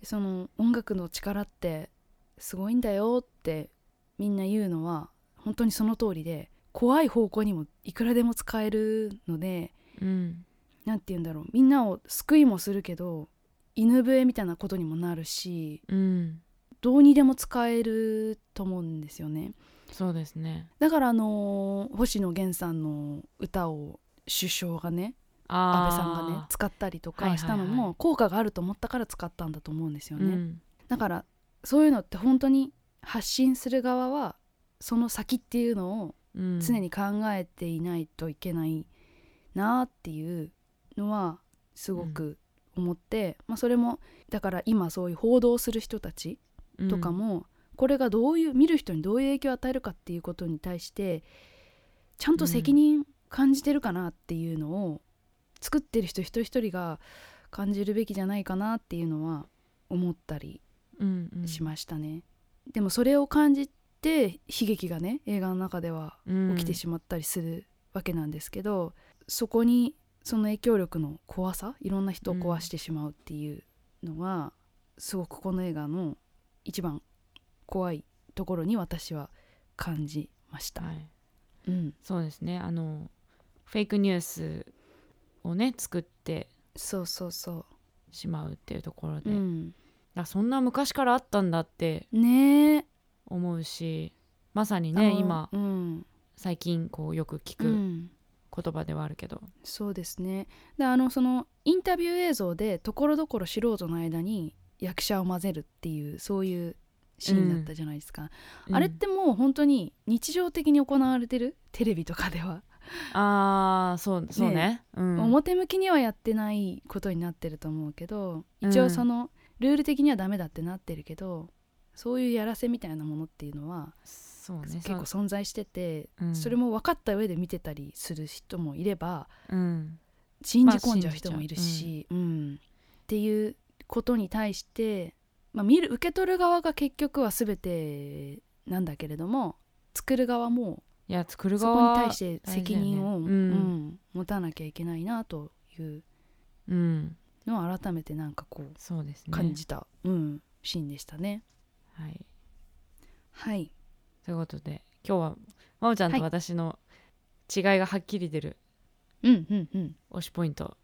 Speaker 3: その音楽の力ってすごいんだよってみんな言うのは本当にその通りで怖い方向にもいくらでも使えるので
Speaker 2: うん
Speaker 3: 何て言うんだろうみんなを救いもするけど犬笛みたいなことにもなるし
Speaker 2: うん
Speaker 3: どうにでも使えると思うんですよね。
Speaker 2: そうですね
Speaker 3: だからあのー星野源さんの歌を首相がね安
Speaker 2: あ
Speaker 3: 倍
Speaker 2: ー
Speaker 3: さんがね使ったりと
Speaker 2: は
Speaker 3: か
Speaker 2: いはい
Speaker 3: し
Speaker 2: はい
Speaker 3: たのも効果があると思ったから使ったんだと思うんですよね、
Speaker 2: うん
Speaker 3: だからそういうのって本当に発信する側はその先っていうのを
Speaker 2: うん、
Speaker 3: 常に考えていないといけないなっていうのはすごく思って、まあ、それもだから今そういう報道する人たちとかも、これがどういう見る人にどういう影響を与えるかっていうことに対してちゃんと責任感じてるかなっていうのを、作ってる人一人一人が感じるべきじゃないかなっていうのは思ったり
Speaker 2: うんうん
Speaker 3: しましたね。でもそれを感じて悲劇がね映画の中では
Speaker 2: うん
Speaker 3: 起きてしまったりするわけなんですけど、そこにその影響力の怖さいろんな人を壊してしまうっていうのは、すごくこの映画の一番怖いところに私は感じました。
Speaker 2: はい、
Speaker 3: うん、
Speaker 2: そうですねあのフェイクニュースをね作って
Speaker 3: そうそうそ
Speaker 2: しまうっていうところ
Speaker 3: う。
Speaker 2: で、
Speaker 3: うん、
Speaker 2: あそんな昔からあったんだって
Speaker 3: ねえ、
Speaker 2: 思うしまさに
Speaker 3: あ
Speaker 2: ね
Speaker 3: の
Speaker 2: 今
Speaker 3: うん、
Speaker 2: 最近こうよく聞
Speaker 3: う
Speaker 2: く
Speaker 3: ん、
Speaker 2: 言葉ではあるけど、
Speaker 3: そうですね。で、あのそのインタビュー映像でところどころ素人の間に役者を混ぜるっていうそういうシーンだったじゃないですか。
Speaker 2: うん
Speaker 3: あれってもう本当に日常的に行われてるテレビとかでは、
Speaker 2: あーそうそうねうん、
Speaker 3: 表向きにはやってないことになってると思うけど一
Speaker 2: う
Speaker 3: 応
Speaker 2: ん
Speaker 3: そのルール的にはダメだってなってるけど、そういうやらせみたいなものっていうのは
Speaker 2: そうね
Speaker 3: 結構
Speaker 2: そ,、
Speaker 3: 存在してて、
Speaker 2: うん、
Speaker 3: それも分かった上で見てたりする人もいれば
Speaker 2: うん
Speaker 3: 信じ込んじゃう人もいるし、うんっていうことに対して、まあ、見る受け取る側が結局は全てなんだけれども作る側も
Speaker 2: いや作る
Speaker 3: そこ
Speaker 2: 側
Speaker 3: に対して責任を、
Speaker 2: 大事
Speaker 3: う
Speaker 2: だよねうん
Speaker 3: ん持たなきゃいけないなという
Speaker 2: うん
Speaker 3: のを改めてなんかこう
Speaker 2: そうですね
Speaker 3: 感じた、うん、シーンでしたね。
Speaker 2: はい
Speaker 3: はい、
Speaker 2: ということで今日はまおちゃん
Speaker 3: はい
Speaker 2: と私の違いがはっきり出る
Speaker 3: うんうんうん、
Speaker 2: 推しポイント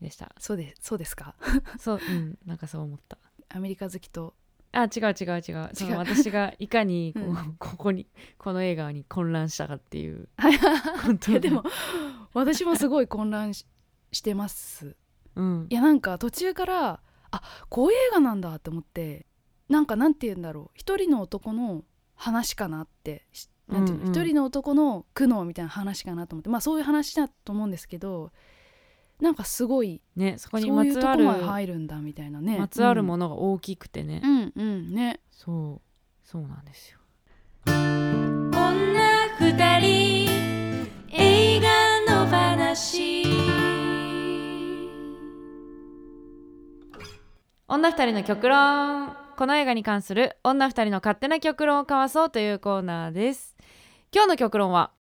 Speaker 2: で
Speaker 3: *laughs*
Speaker 2: した
Speaker 3: そうですそうですか。
Speaker 2: そううんなんかそう思った
Speaker 3: アメリカ好きと、
Speaker 2: あ違う違う違うその私がいかにこう、
Speaker 3: う
Speaker 2: ここにこの映画に混乱したかっていう
Speaker 3: *laughs* い
Speaker 2: 当だ
Speaker 3: や *laughs* でも私もすごい混乱ししてます。
Speaker 2: うん
Speaker 3: いやなんか途中からあこういう映画なんだって思ってなんかなんて言うんだろう一人の男の話かなってしなんていうの
Speaker 2: うんうん
Speaker 3: 一人の男の苦悩みたいな話かなと思ってまあそういう話だと思うんですけどなんかすごい
Speaker 2: ねそこ
Speaker 3: そう
Speaker 2: に
Speaker 3: い
Speaker 2: ま
Speaker 3: う
Speaker 2: つ
Speaker 3: と
Speaker 2: わ
Speaker 3: こ
Speaker 2: る
Speaker 3: まで入るんだみたいなね
Speaker 2: まつわるものが大きくてね、
Speaker 3: うんうんうんね
Speaker 2: そうそうなんですよ
Speaker 1: 女二人映画の話
Speaker 2: 女二人の極論この映画に関する女二人の勝手な極論を交わそうというコーナーです今日の極論は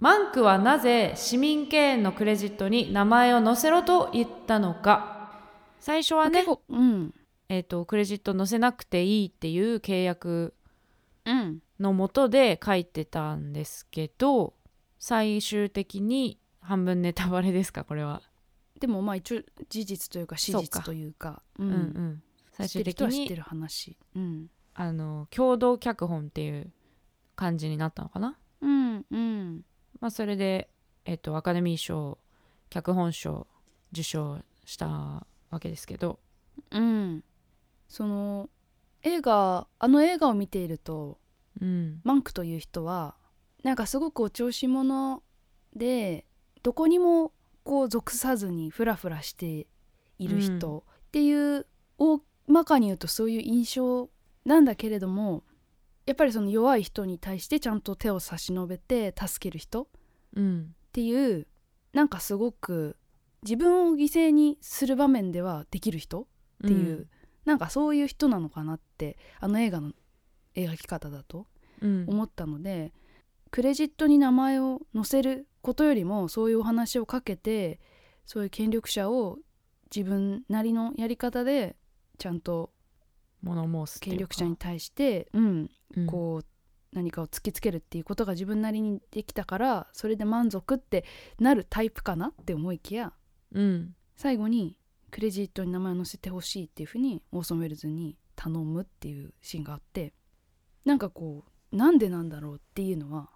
Speaker 2: マンクはなぜ市民経営のクレジットに名前を載せろと言ったのか最初はね
Speaker 3: 結、構うん
Speaker 2: えー、とクレジット載せなくていいっていう契約
Speaker 3: うん
Speaker 2: のもとで書いてたんですけど最終的に半分ネタバレですかこれは、
Speaker 3: でもまあ一応事実というか史
Speaker 2: そうか
Speaker 3: 実というかう
Speaker 2: うんうんん、最
Speaker 3: 知っ
Speaker 2: 終
Speaker 3: てる
Speaker 2: 的
Speaker 3: 人は知って
Speaker 2: に
Speaker 3: る話うん
Speaker 2: あの共同脚本っていう感じになったのかな、
Speaker 3: うんうん
Speaker 2: まあ、それで、えっとアカデミー賞脚本賞受賞したわけですけど
Speaker 3: うんその映画あの映画を見ていると
Speaker 2: うん
Speaker 3: マンクという人はなんかすごくお調子者でどこにもこう属さずにフラフラしている
Speaker 2: う
Speaker 3: 人っていう、大まかに言うとそういう印象なんだけれどもやっぱりその弱い人に対してちゃんと手を差し伸べて助ける人っ
Speaker 2: うん
Speaker 3: ていうなんかすごく自分を犠牲にする場面ではできる人っていう、なんかそういう人なのかなってあの映画の描き方だと
Speaker 2: うん、うん
Speaker 3: 思ったのでクレジットに名前を載せることよりもそういうお話をかけてそういう権力者を自分なりのやり方でちゃんと
Speaker 2: 物申すってい
Speaker 3: 権
Speaker 2: うか
Speaker 3: 力者に対して、うん、
Speaker 2: うん
Speaker 3: こう何かを突きつけるっていうことが自分なりにできたからそれで満足ってなるタイプかなって思いきや
Speaker 2: うん
Speaker 3: 最後にクレジットに名前を載せてほしいっていうふうにオーソン・ウェルズに頼むっていうシーンがあってなんかこうなんでなんだろうっていうのは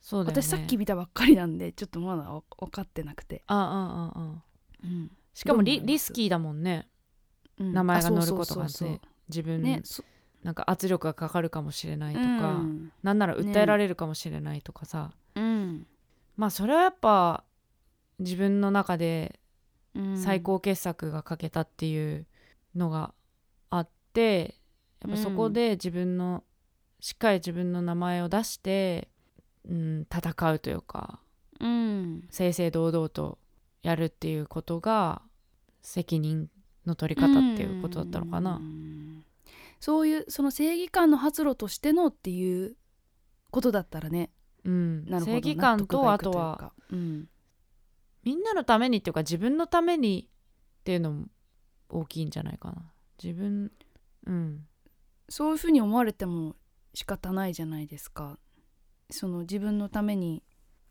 Speaker 2: そうだよね
Speaker 3: 私さっき見たばっかりなんでちょっとまだわ分かってなくて、
Speaker 2: ああああああ
Speaker 3: うん
Speaker 2: しかも
Speaker 3: どう思い
Speaker 2: リ
Speaker 3: ます
Speaker 2: リスキーだもんね
Speaker 3: うん
Speaker 2: 名前が
Speaker 3: あそう
Speaker 2: 載る
Speaker 3: そう
Speaker 2: ことがあっ
Speaker 3: そうそう
Speaker 2: て自分
Speaker 3: ね
Speaker 2: になんか圧力がかかるかもしれないとか、
Speaker 3: うん
Speaker 2: なんなら訴
Speaker 3: ね
Speaker 2: えられるかもしれないとかさ、
Speaker 3: うん
Speaker 2: まあそれはやっぱ自分の中で
Speaker 3: うん
Speaker 2: 最高傑作が書けたっていうのがあってやっぱそこで自分のしっかり自分の名前を出して、うん、戦うというか
Speaker 3: うん
Speaker 2: 正々堂々とやるっていうことが責任の取り方っていうことだったのかな
Speaker 3: う。んそういうその正義感の発露としてのっていうことだったらね
Speaker 2: うん、
Speaker 3: なるほど
Speaker 2: 正義感と
Speaker 3: 納
Speaker 2: あ
Speaker 3: 得
Speaker 2: と
Speaker 3: がい
Speaker 2: は
Speaker 3: くいうかうん
Speaker 2: みんなのためにっていうか自分のためにっていうのも大きいんじゃないかな自分うん
Speaker 3: そういうふうに思われても仕方ないじゃないですかその自分のために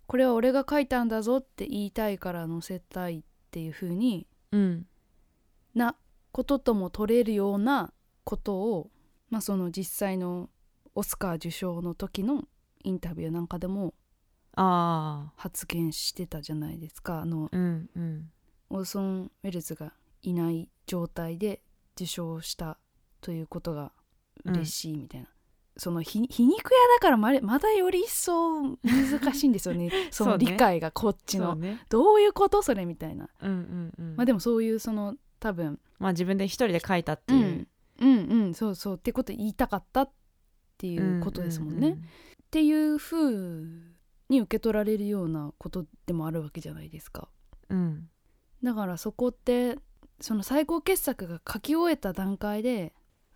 Speaker 3: これは俺が書いたんだぞって言いたいから載せたいっていうふうに
Speaker 2: うん
Speaker 3: なこととも取れるようなことを、まあ、その実際のオスカー受賞の時のインタビューなんかでも
Speaker 2: あ
Speaker 3: 発言してたじゃないですかあの
Speaker 2: あうんうん
Speaker 3: オーソン・ウェルズがいない状態で受賞したということが嬉しいみたいな、そのひ皮肉屋だからまれまだより一層難しいんですよ
Speaker 2: *laughs*
Speaker 3: ねそ
Speaker 2: そ
Speaker 3: の
Speaker 2: うね
Speaker 3: 理解がこっち
Speaker 2: そ
Speaker 3: の、
Speaker 2: うね
Speaker 3: どういうことそれみたいな、
Speaker 2: うんうんうん
Speaker 3: まあでもそういうその多分
Speaker 2: まあ自分で一人で書いたっていう、
Speaker 3: うんうんそうそうってこと言いたかったっていうことですもんね。
Speaker 2: うう
Speaker 3: っ
Speaker 2: う
Speaker 3: ていうふうに受け取られるようなことでもあるわけじゃないですか。
Speaker 2: うん
Speaker 3: だからそこってその最高傑作が書き終えた段階で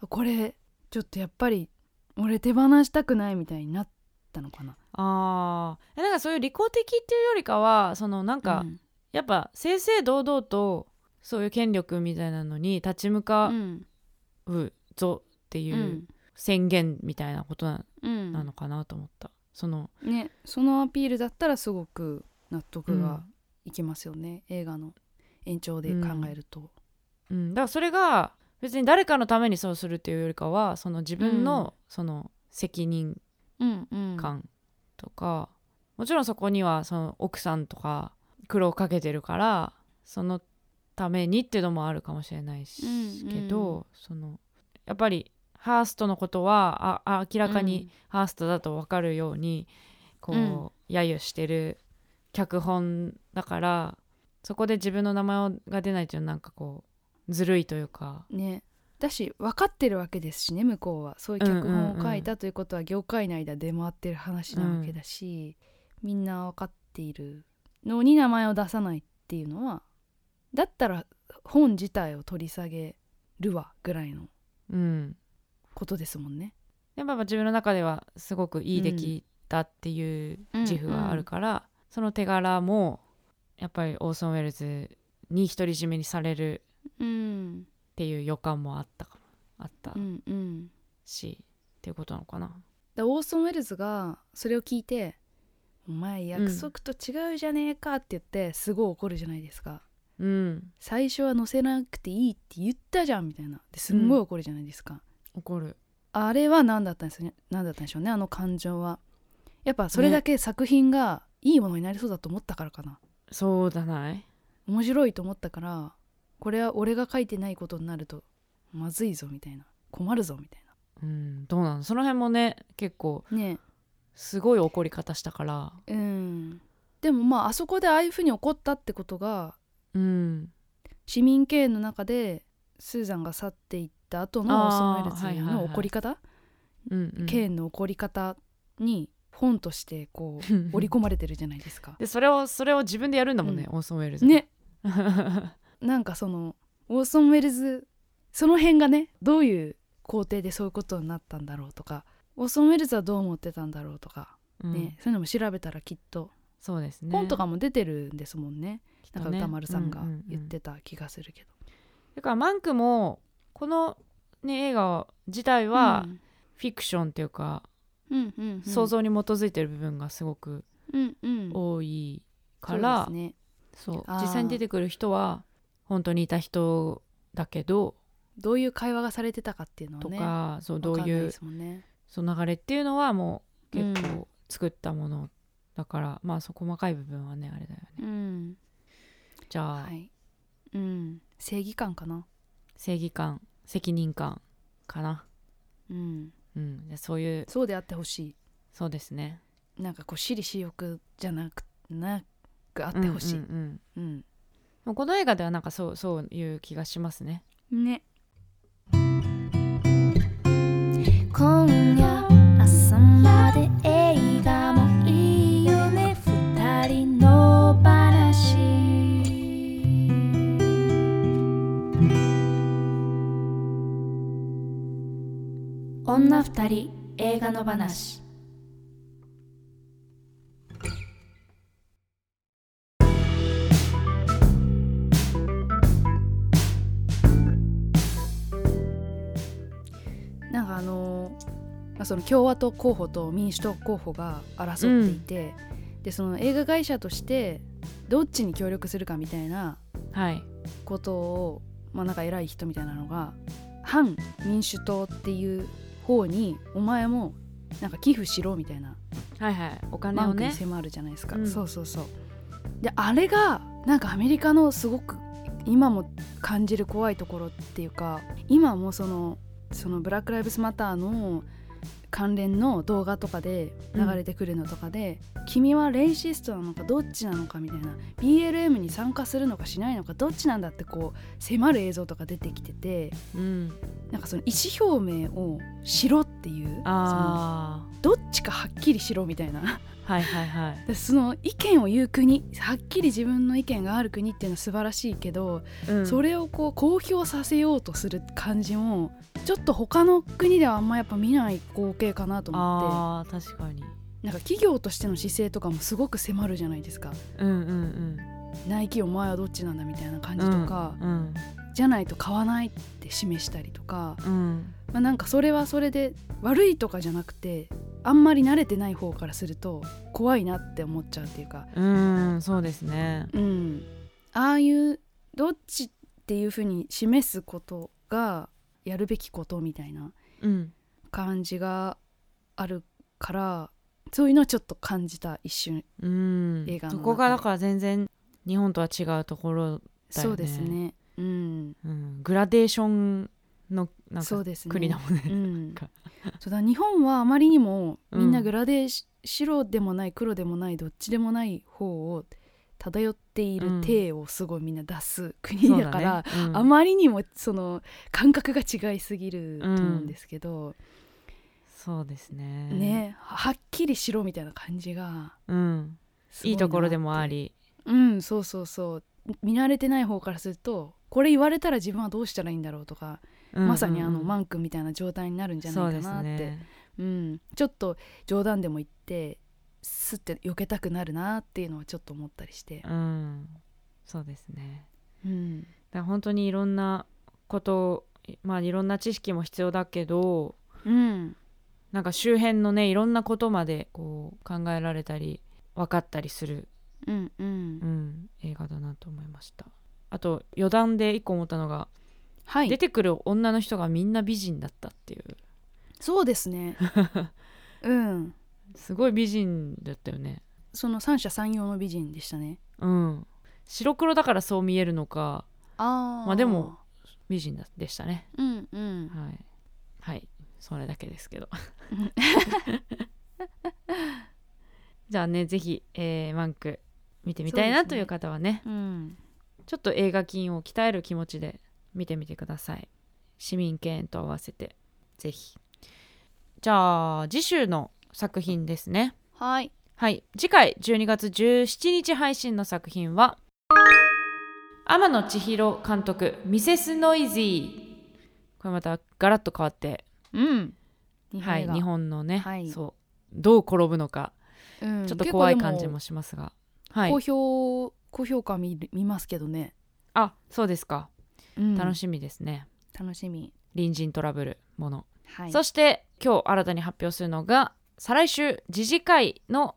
Speaker 3: これちょっとやっぱり俺手放したくないみたいになったのかな。
Speaker 2: ああなんかそういう利己的っていうよりかはそのなんか、
Speaker 3: うん
Speaker 2: やっぱ正々堂々とそういう権力みたいなのに立ち向か
Speaker 3: うん
Speaker 2: うぞって
Speaker 3: う
Speaker 2: いうん宣言みたいなことな
Speaker 3: うん
Speaker 2: なのかなと思った、その
Speaker 3: ねそのアピールだったらすごく納得
Speaker 2: うん
Speaker 3: がいきますよね、映画の延長で考えると。
Speaker 2: うん、だからそれが別に誰かのためにそうするっていうよりかはその自分のその責任
Speaker 3: うんうん
Speaker 2: 感とか、もちろんそこにはその奥さんとか苦労かけてるからそのためにっていうのもあるかもしれないし、
Speaker 3: うん
Speaker 2: けどそのやっぱりハーストのことはああ明らかにハーストだと分かるようにこう、
Speaker 3: うん
Speaker 2: 揶揄してる脚本だからそこで自分の名前が出ないっていうのはなんかこうずるいというか
Speaker 3: ねだし分かってるわけですしね向こうはそういう脚
Speaker 2: うん
Speaker 3: 本
Speaker 2: うん
Speaker 3: を
Speaker 2: うん
Speaker 3: 書いたということは業界内では出回ってる話なわけだし、みんな分かっているのに名前を出さないっていうのはだったら本自体を取り下げるわぐらいの
Speaker 2: うん
Speaker 3: ことですもんね。
Speaker 2: やっぱ自分の中ではすごくいい出来だっていう自負はあるから、その手柄もやっぱりオーソン・ウェルズに独り占めにされる
Speaker 3: うん
Speaker 2: っていう予感もあったかもあった
Speaker 3: うんうん
Speaker 2: し、っていうことなのかな
Speaker 3: でオーソン・ウェルズがそれを聞いて「お前約束と違うじゃねえか」って言ってすごい怒るじゃないですか
Speaker 2: うん
Speaker 3: 最初は乗せなくていいって言ったじゃんみたいなですんごい怒るじゃないですか、
Speaker 2: 怒る
Speaker 3: あれは何だったんですよね何だったんでしょうねあの感情はやっぱそれだけ作品がいいものになりそうだと思ったからかな、
Speaker 2: そうだない
Speaker 3: 面白いと思ったからこれは俺が書いてないことになるとまずいぞみたいな困るぞみたい
Speaker 2: うんどうなのその辺もね結構
Speaker 3: なね
Speaker 2: すごい怒り方したから
Speaker 3: うんでもまああそこでああいうふうに怒ったってことが
Speaker 2: うん
Speaker 3: 市民経営の中でスーザンが去っていった後のオーソン・ウェルズの怒り方、
Speaker 2: うん、うん、 *laughs*
Speaker 3: ケーンの怒り方に本としてこう織り込まれてるじゃないですか。
Speaker 2: でそれをそれを自 *laughs* 分でやるんだもんね、
Speaker 3: う
Speaker 2: オーソン・ウェルズが
Speaker 3: ねなんかそのオーソン・ウェルズその辺がねどういう工程でそういうことになったんだろうとかオーソン・ウェルズはどう思ってたんだろうとか、
Speaker 2: *laughs* うん
Speaker 3: ねそういうのも調べたらきっと
Speaker 2: そうですね
Speaker 3: 本とかも出てるんですもんね
Speaker 2: きっと
Speaker 3: な
Speaker 2: ね
Speaker 3: んか歌丸さんが
Speaker 2: ううう
Speaker 3: 言ってた気がするけど。
Speaker 2: だからマンクもこの、ね、映画自体は
Speaker 3: うん
Speaker 2: フィクションっていうか、
Speaker 3: うんうんうん
Speaker 2: 想像に基づいてる部分がすごく
Speaker 3: うんうん
Speaker 2: 多いから、
Speaker 3: そうですね
Speaker 2: そう
Speaker 3: あー
Speaker 2: 実際に出てくる人は本当にいた人だけど、
Speaker 3: どういう会話がされてたかっていうのは
Speaker 2: と
Speaker 3: ね
Speaker 2: かそうど
Speaker 3: わ
Speaker 2: う
Speaker 3: かんないいうですもんね
Speaker 2: その流れっていうのはもう結
Speaker 3: うん
Speaker 2: 構作ったものだから、まあそこ細かい部分はねあれだよね
Speaker 3: うん
Speaker 2: じゃあ、
Speaker 3: はいうん正義感かな
Speaker 2: 正義感責任感かな、
Speaker 3: うん
Speaker 2: うん、じゃあそういう
Speaker 3: そうであってほし
Speaker 2: そうですね
Speaker 3: いなんかこう私利私欲じゃなくなくあってほしい
Speaker 2: うんうんうん
Speaker 3: うん、
Speaker 2: でもこの映画ではなんかそうそういう気がしますね
Speaker 3: ね
Speaker 4: 今夜朝まで映画もいいよね二人の話女二人映画の話
Speaker 3: なんかあのーまあ、その共和党候補と民主党候補が争っていて、でその映画会社としてどっちに協力するかみたいな
Speaker 2: はい
Speaker 3: ことを、まあ、なんか偉い人みたいなのが反民主党っていう方にお前もなんか寄付しろみたいな
Speaker 2: はいはいお金
Speaker 3: マ
Speaker 2: を
Speaker 3: ンクに
Speaker 2: ね
Speaker 3: 迫るじゃないですか、
Speaker 2: うん
Speaker 3: そうそうそうであれがなんかアメリカのすごく今も感じる怖いところっていうか今もそのそのブラック・ライブスマターの関連の動画とかで流れてくるのとかで、君はレイシストなのかどっちなのかみたいな BLM に参加するのかしないのかどっちなんだってこう迫る映像とか出てきてて
Speaker 2: うん
Speaker 3: なんかその意思表明をしろっていう
Speaker 2: あ
Speaker 3: そのどっちかはっきりしろみたいな
Speaker 2: あはいはいはい
Speaker 3: でその意見を言う国はっきり自分の意見がある国っていうのは素晴らしいけど、
Speaker 2: うん
Speaker 3: それをこ *laughs* う公表させようとする感じもちょっと他の国ではあんまやっぱ見ない光景かなと思っ
Speaker 2: あー確かに
Speaker 3: てなんか企業としての姿勢とかもすごく迫るじゃないですか
Speaker 2: うんうん
Speaker 3: ナイキお前はどっちなんだみたいな感
Speaker 2: うん
Speaker 3: じとか、
Speaker 2: うん
Speaker 3: じゃないと買わないって示したりとか、
Speaker 2: うん
Speaker 3: まあ、なんかそれはそれで悪いとかじゃなくてあんまり慣れてない方からすると怖いなって思っちゃうっていうか
Speaker 2: うんうんそうですね
Speaker 3: うん、ああいうどっちっていうふうに示すことがやるべきことみたいな
Speaker 2: うん
Speaker 3: 感じがあるからそういうのはちょっと感じた一瞬
Speaker 2: うん
Speaker 3: 映画の中で
Speaker 2: そこがだから全然日本とは違うところ、だよね
Speaker 3: そうですねうん
Speaker 2: うん、グラデーションのなん
Speaker 3: そ
Speaker 2: か
Speaker 3: うですね
Speaker 2: 国だもんね
Speaker 3: うん
Speaker 2: か、
Speaker 3: そうだ日本はあまりにもみん
Speaker 2: う
Speaker 3: なんグラデーシ、白でもない黒でもないどっちでもない方を漂っている体をすごいみんな出す国だから、
Speaker 2: そうだねうん
Speaker 3: あまりにもその感覚が違いすぎると思うんですけど、
Speaker 2: そうですね
Speaker 3: ねはっきりしろみたいな感じが
Speaker 2: うん
Speaker 3: すご
Speaker 2: いいところでもあ
Speaker 3: り
Speaker 2: り
Speaker 3: うんそうそうそう見慣れてない方からするとこれ言われたら自分はどうしたらいいんだろうとか、まさにあのマ
Speaker 2: ン
Speaker 3: ン君みたいな状態になるんじ
Speaker 2: じ
Speaker 3: ゃないかなってう、ん、ちょっと冗談でも言ってスって避けたくなるなっていうのはちょっと思ったりして、
Speaker 2: うんそうですね
Speaker 3: うん
Speaker 2: だから本当にいろんなことまあいろんな知識も必要だけど
Speaker 3: うん
Speaker 2: なんか周辺のねいろんなことまでこう考えられたり分かったりする、
Speaker 3: うんう、
Speaker 2: うんん、映画だなと思いましたあと余談で一個思ったのが、
Speaker 3: は
Speaker 2: 出
Speaker 3: い
Speaker 2: てくる女の人がみんな美人だったっていう
Speaker 3: そうです
Speaker 2: *laughs*
Speaker 3: ねうん
Speaker 2: すごい美人だったよね
Speaker 3: その三者三様の美人でしたね
Speaker 2: うん白黒だからそう見えるのか
Speaker 3: あー
Speaker 2: まあでも美人でしたね
Speaker 3: うんうん
Speaker 2: はいはいそれだけです
Speaker 3: *laughs*
Speaker 2: けど *laughs* じゃあねぜひ、えーマンク見てみたい
Speaker 3: そ
Speaker 2: な
Speaker 3: うですね
Speaker 2: という方はね
Speaker 3: うん
Speaker 2: ちょっと映画筋を鍛える気持ちで見てみてください市民権と合わせてぜひじゃあ次週の作品ですね
Speaker 3: はい
Speaker 2: はい次回12月17日配信の作品は天野千尋監督ミセスノイジーこれまたガラッと変わって
Speaker 3: うん
Speaker 2: はい、日本のね、
Speaker 3: はい
Speaker 2: そうどう転ぶのか、
Speaker 3: うん
Speaker 2: ちょっと怖い
Speaker 3: 結構で
Speaker 2: 感じもしますが、はい
Speaker 3: 高、評高評価見る見ますけどね、
Speaker 2: あそうですか、楽
Speaker 3: し
Speaker 2: しみですね
Speaker 3: 楽しみ
Speaker 2: 隣人トラブルもの、
Speaker 3: はい
Speaker 2: そして今日新たに発表するのが再来週時事会の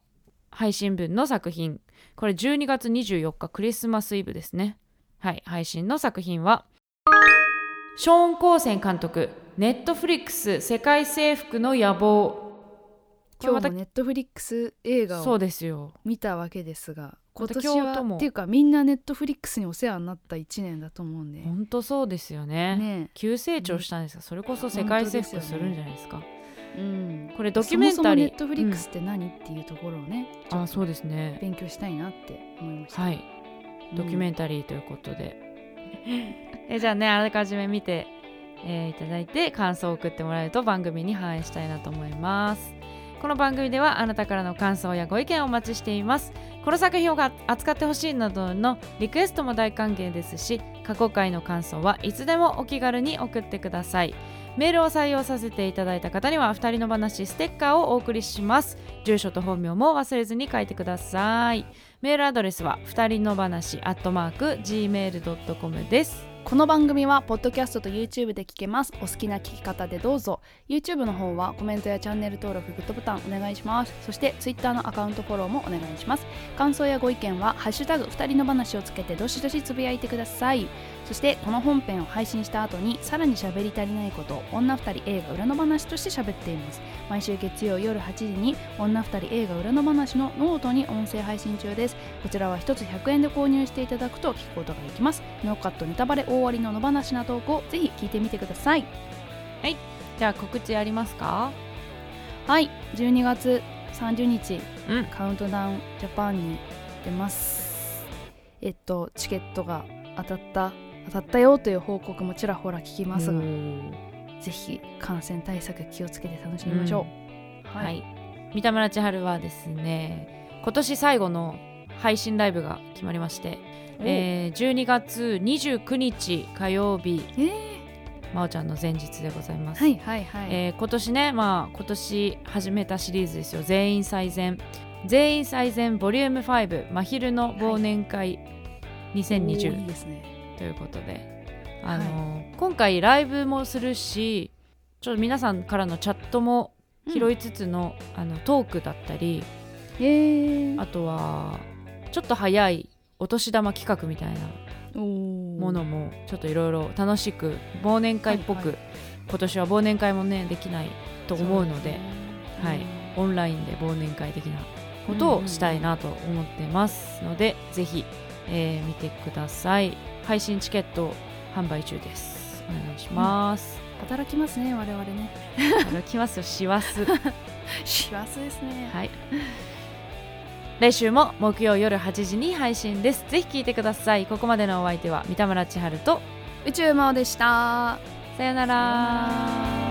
Speaker 2: 配信分の作品これ12月24日クリスマスイブですねはい配信の作品はショーン・コーセン監督ネットフリックス世界征服の野望これ
Speaker 3: 今
Speaker 2: ま
Speaker 3: 日
Speaker 2: た
Speaker 3: もネットフリックス映画
Speaker 2: そう
Speaker 3: を
Speaker 2: ですよ
Speaker 3: 見たわけですが
Speaker 2: ま
Speaker 3: 今
Speaker 2: た
Speaker 3: 年
Speaker 2: 京都
Speaker 3: は
Speaker 2: も
Speaker 3: っていうかみんなネットフリックスにお世話になった1年だと思うんで
Speaker 2: ほんとそうですよ
Speaker 3: ね
Speaker 2: 急成長したんですがそれこそ世界征服するんじゃないですか
Speaker 3: うん
Speaker 2: これドキュメンタリー
Speaker 3: そもそもネットフリックスって何、っていうところをね
Speaker 2: うんあそうですね
Speaker 3: 勉強したいなって思いました、
Speaker 2: はいドキュメ
Speaker 3: ン
Speaker 2: ンタリーということで、 *laughs* えじゃあねあらかじめ見て、えーいただいて感想を送ってもらえると番組に反映したいなと思いますこの番組ではあなたからの感想やご意見をお待ちしていますこの作品をが扱ってほしいなどのリクエストも大歓迎ですし過去回の感想はいつでもお気軽に送ってくださいメールを採用させていただいた方には二人の話ステッカーをお送りします住所と本名も忘れずに書いてくださいメールアドレスは二人の話アットマーク gmail.com です
Speaker 3: この番組はポッドキャストと YouTube で聞けますお好きな聞き方でどうぞ YouTube の方はコメントやチャンネル登録グッドボタンお願いしますそして Twitter のアカウントフォローもお願いします感想やご意見は「ハッシュタグ二人の話」をつけてどしどしつぶやいてくださいそしてこの本編を配信した後にさらに喋り足りないことを女二人映画裏の話として喋っています毎週月曜夜8時に女二人映画裏の話のノートに音声配信中ですこちらは1つ100円で購入していただくと聞くことができますノーカットネタバレ大ありの野放しな投稿ぜひ聞いてみてください
Speaker 2: じゃあ告知ありますか
Speaker 3: はい12月30日、
Speaker 2: うん
Speaker 3: カウントダウンジャパンに出ますえっとチケットが当たった当たったよという報告もちらほら聞きますがぜひ感染対策気をつけて楽しみましょう、
Speaker 2: はい、三田村千春はですね今年最後の配信ライブが決まりまして、えー、12月29日火曜日
Speaker 3: えー
Speaker 2: まおちゃんの前日でございます、
Speaker 3: はいはいはい、
Speaker 2: えー今年ねまあ今年始めたシリーズですよ全員最善全員最善ボリューム5真昼の忘年会
Speaker 3: お
Speaker 2: 2020、
Speaker 3: ーいいですね
Speaker 2: ということであの、今回ライブもするしちょっと皆さんからのチャットも拾いつつの,、あのトークだったり
Speaker 3: えー、
Speaker 2: あとはちょっと早いお年玉企画みたいなも
Speaker 3: も
Speaker 2: のもちょっといろいろ楽しく忘年会っぽく、
Speaker 3: は
Speaker 2: 今年は忘年会もねできないと思うのではいオンラインで忘年会的なことをしたいなと思ってますので、ぜひ、えー見てください配信チケット販売中ですお願いします、
Speaker 3: 働きますね我々
Speaker 2: *laughs*
Speaker 3: ね
Speaker 2: 歩きますよ師走
Speaker 3: 幸せですね
Speaker 2: はい来週も木曜夜8時に配信ですぜひ聞いてくださいここまでのお相手は三田村千春と
Speaker 3: 宇宙魔王でした
Speaker 2: さよな
Speaker 3: さような
Speaker 2: ら
Speaker 3: ら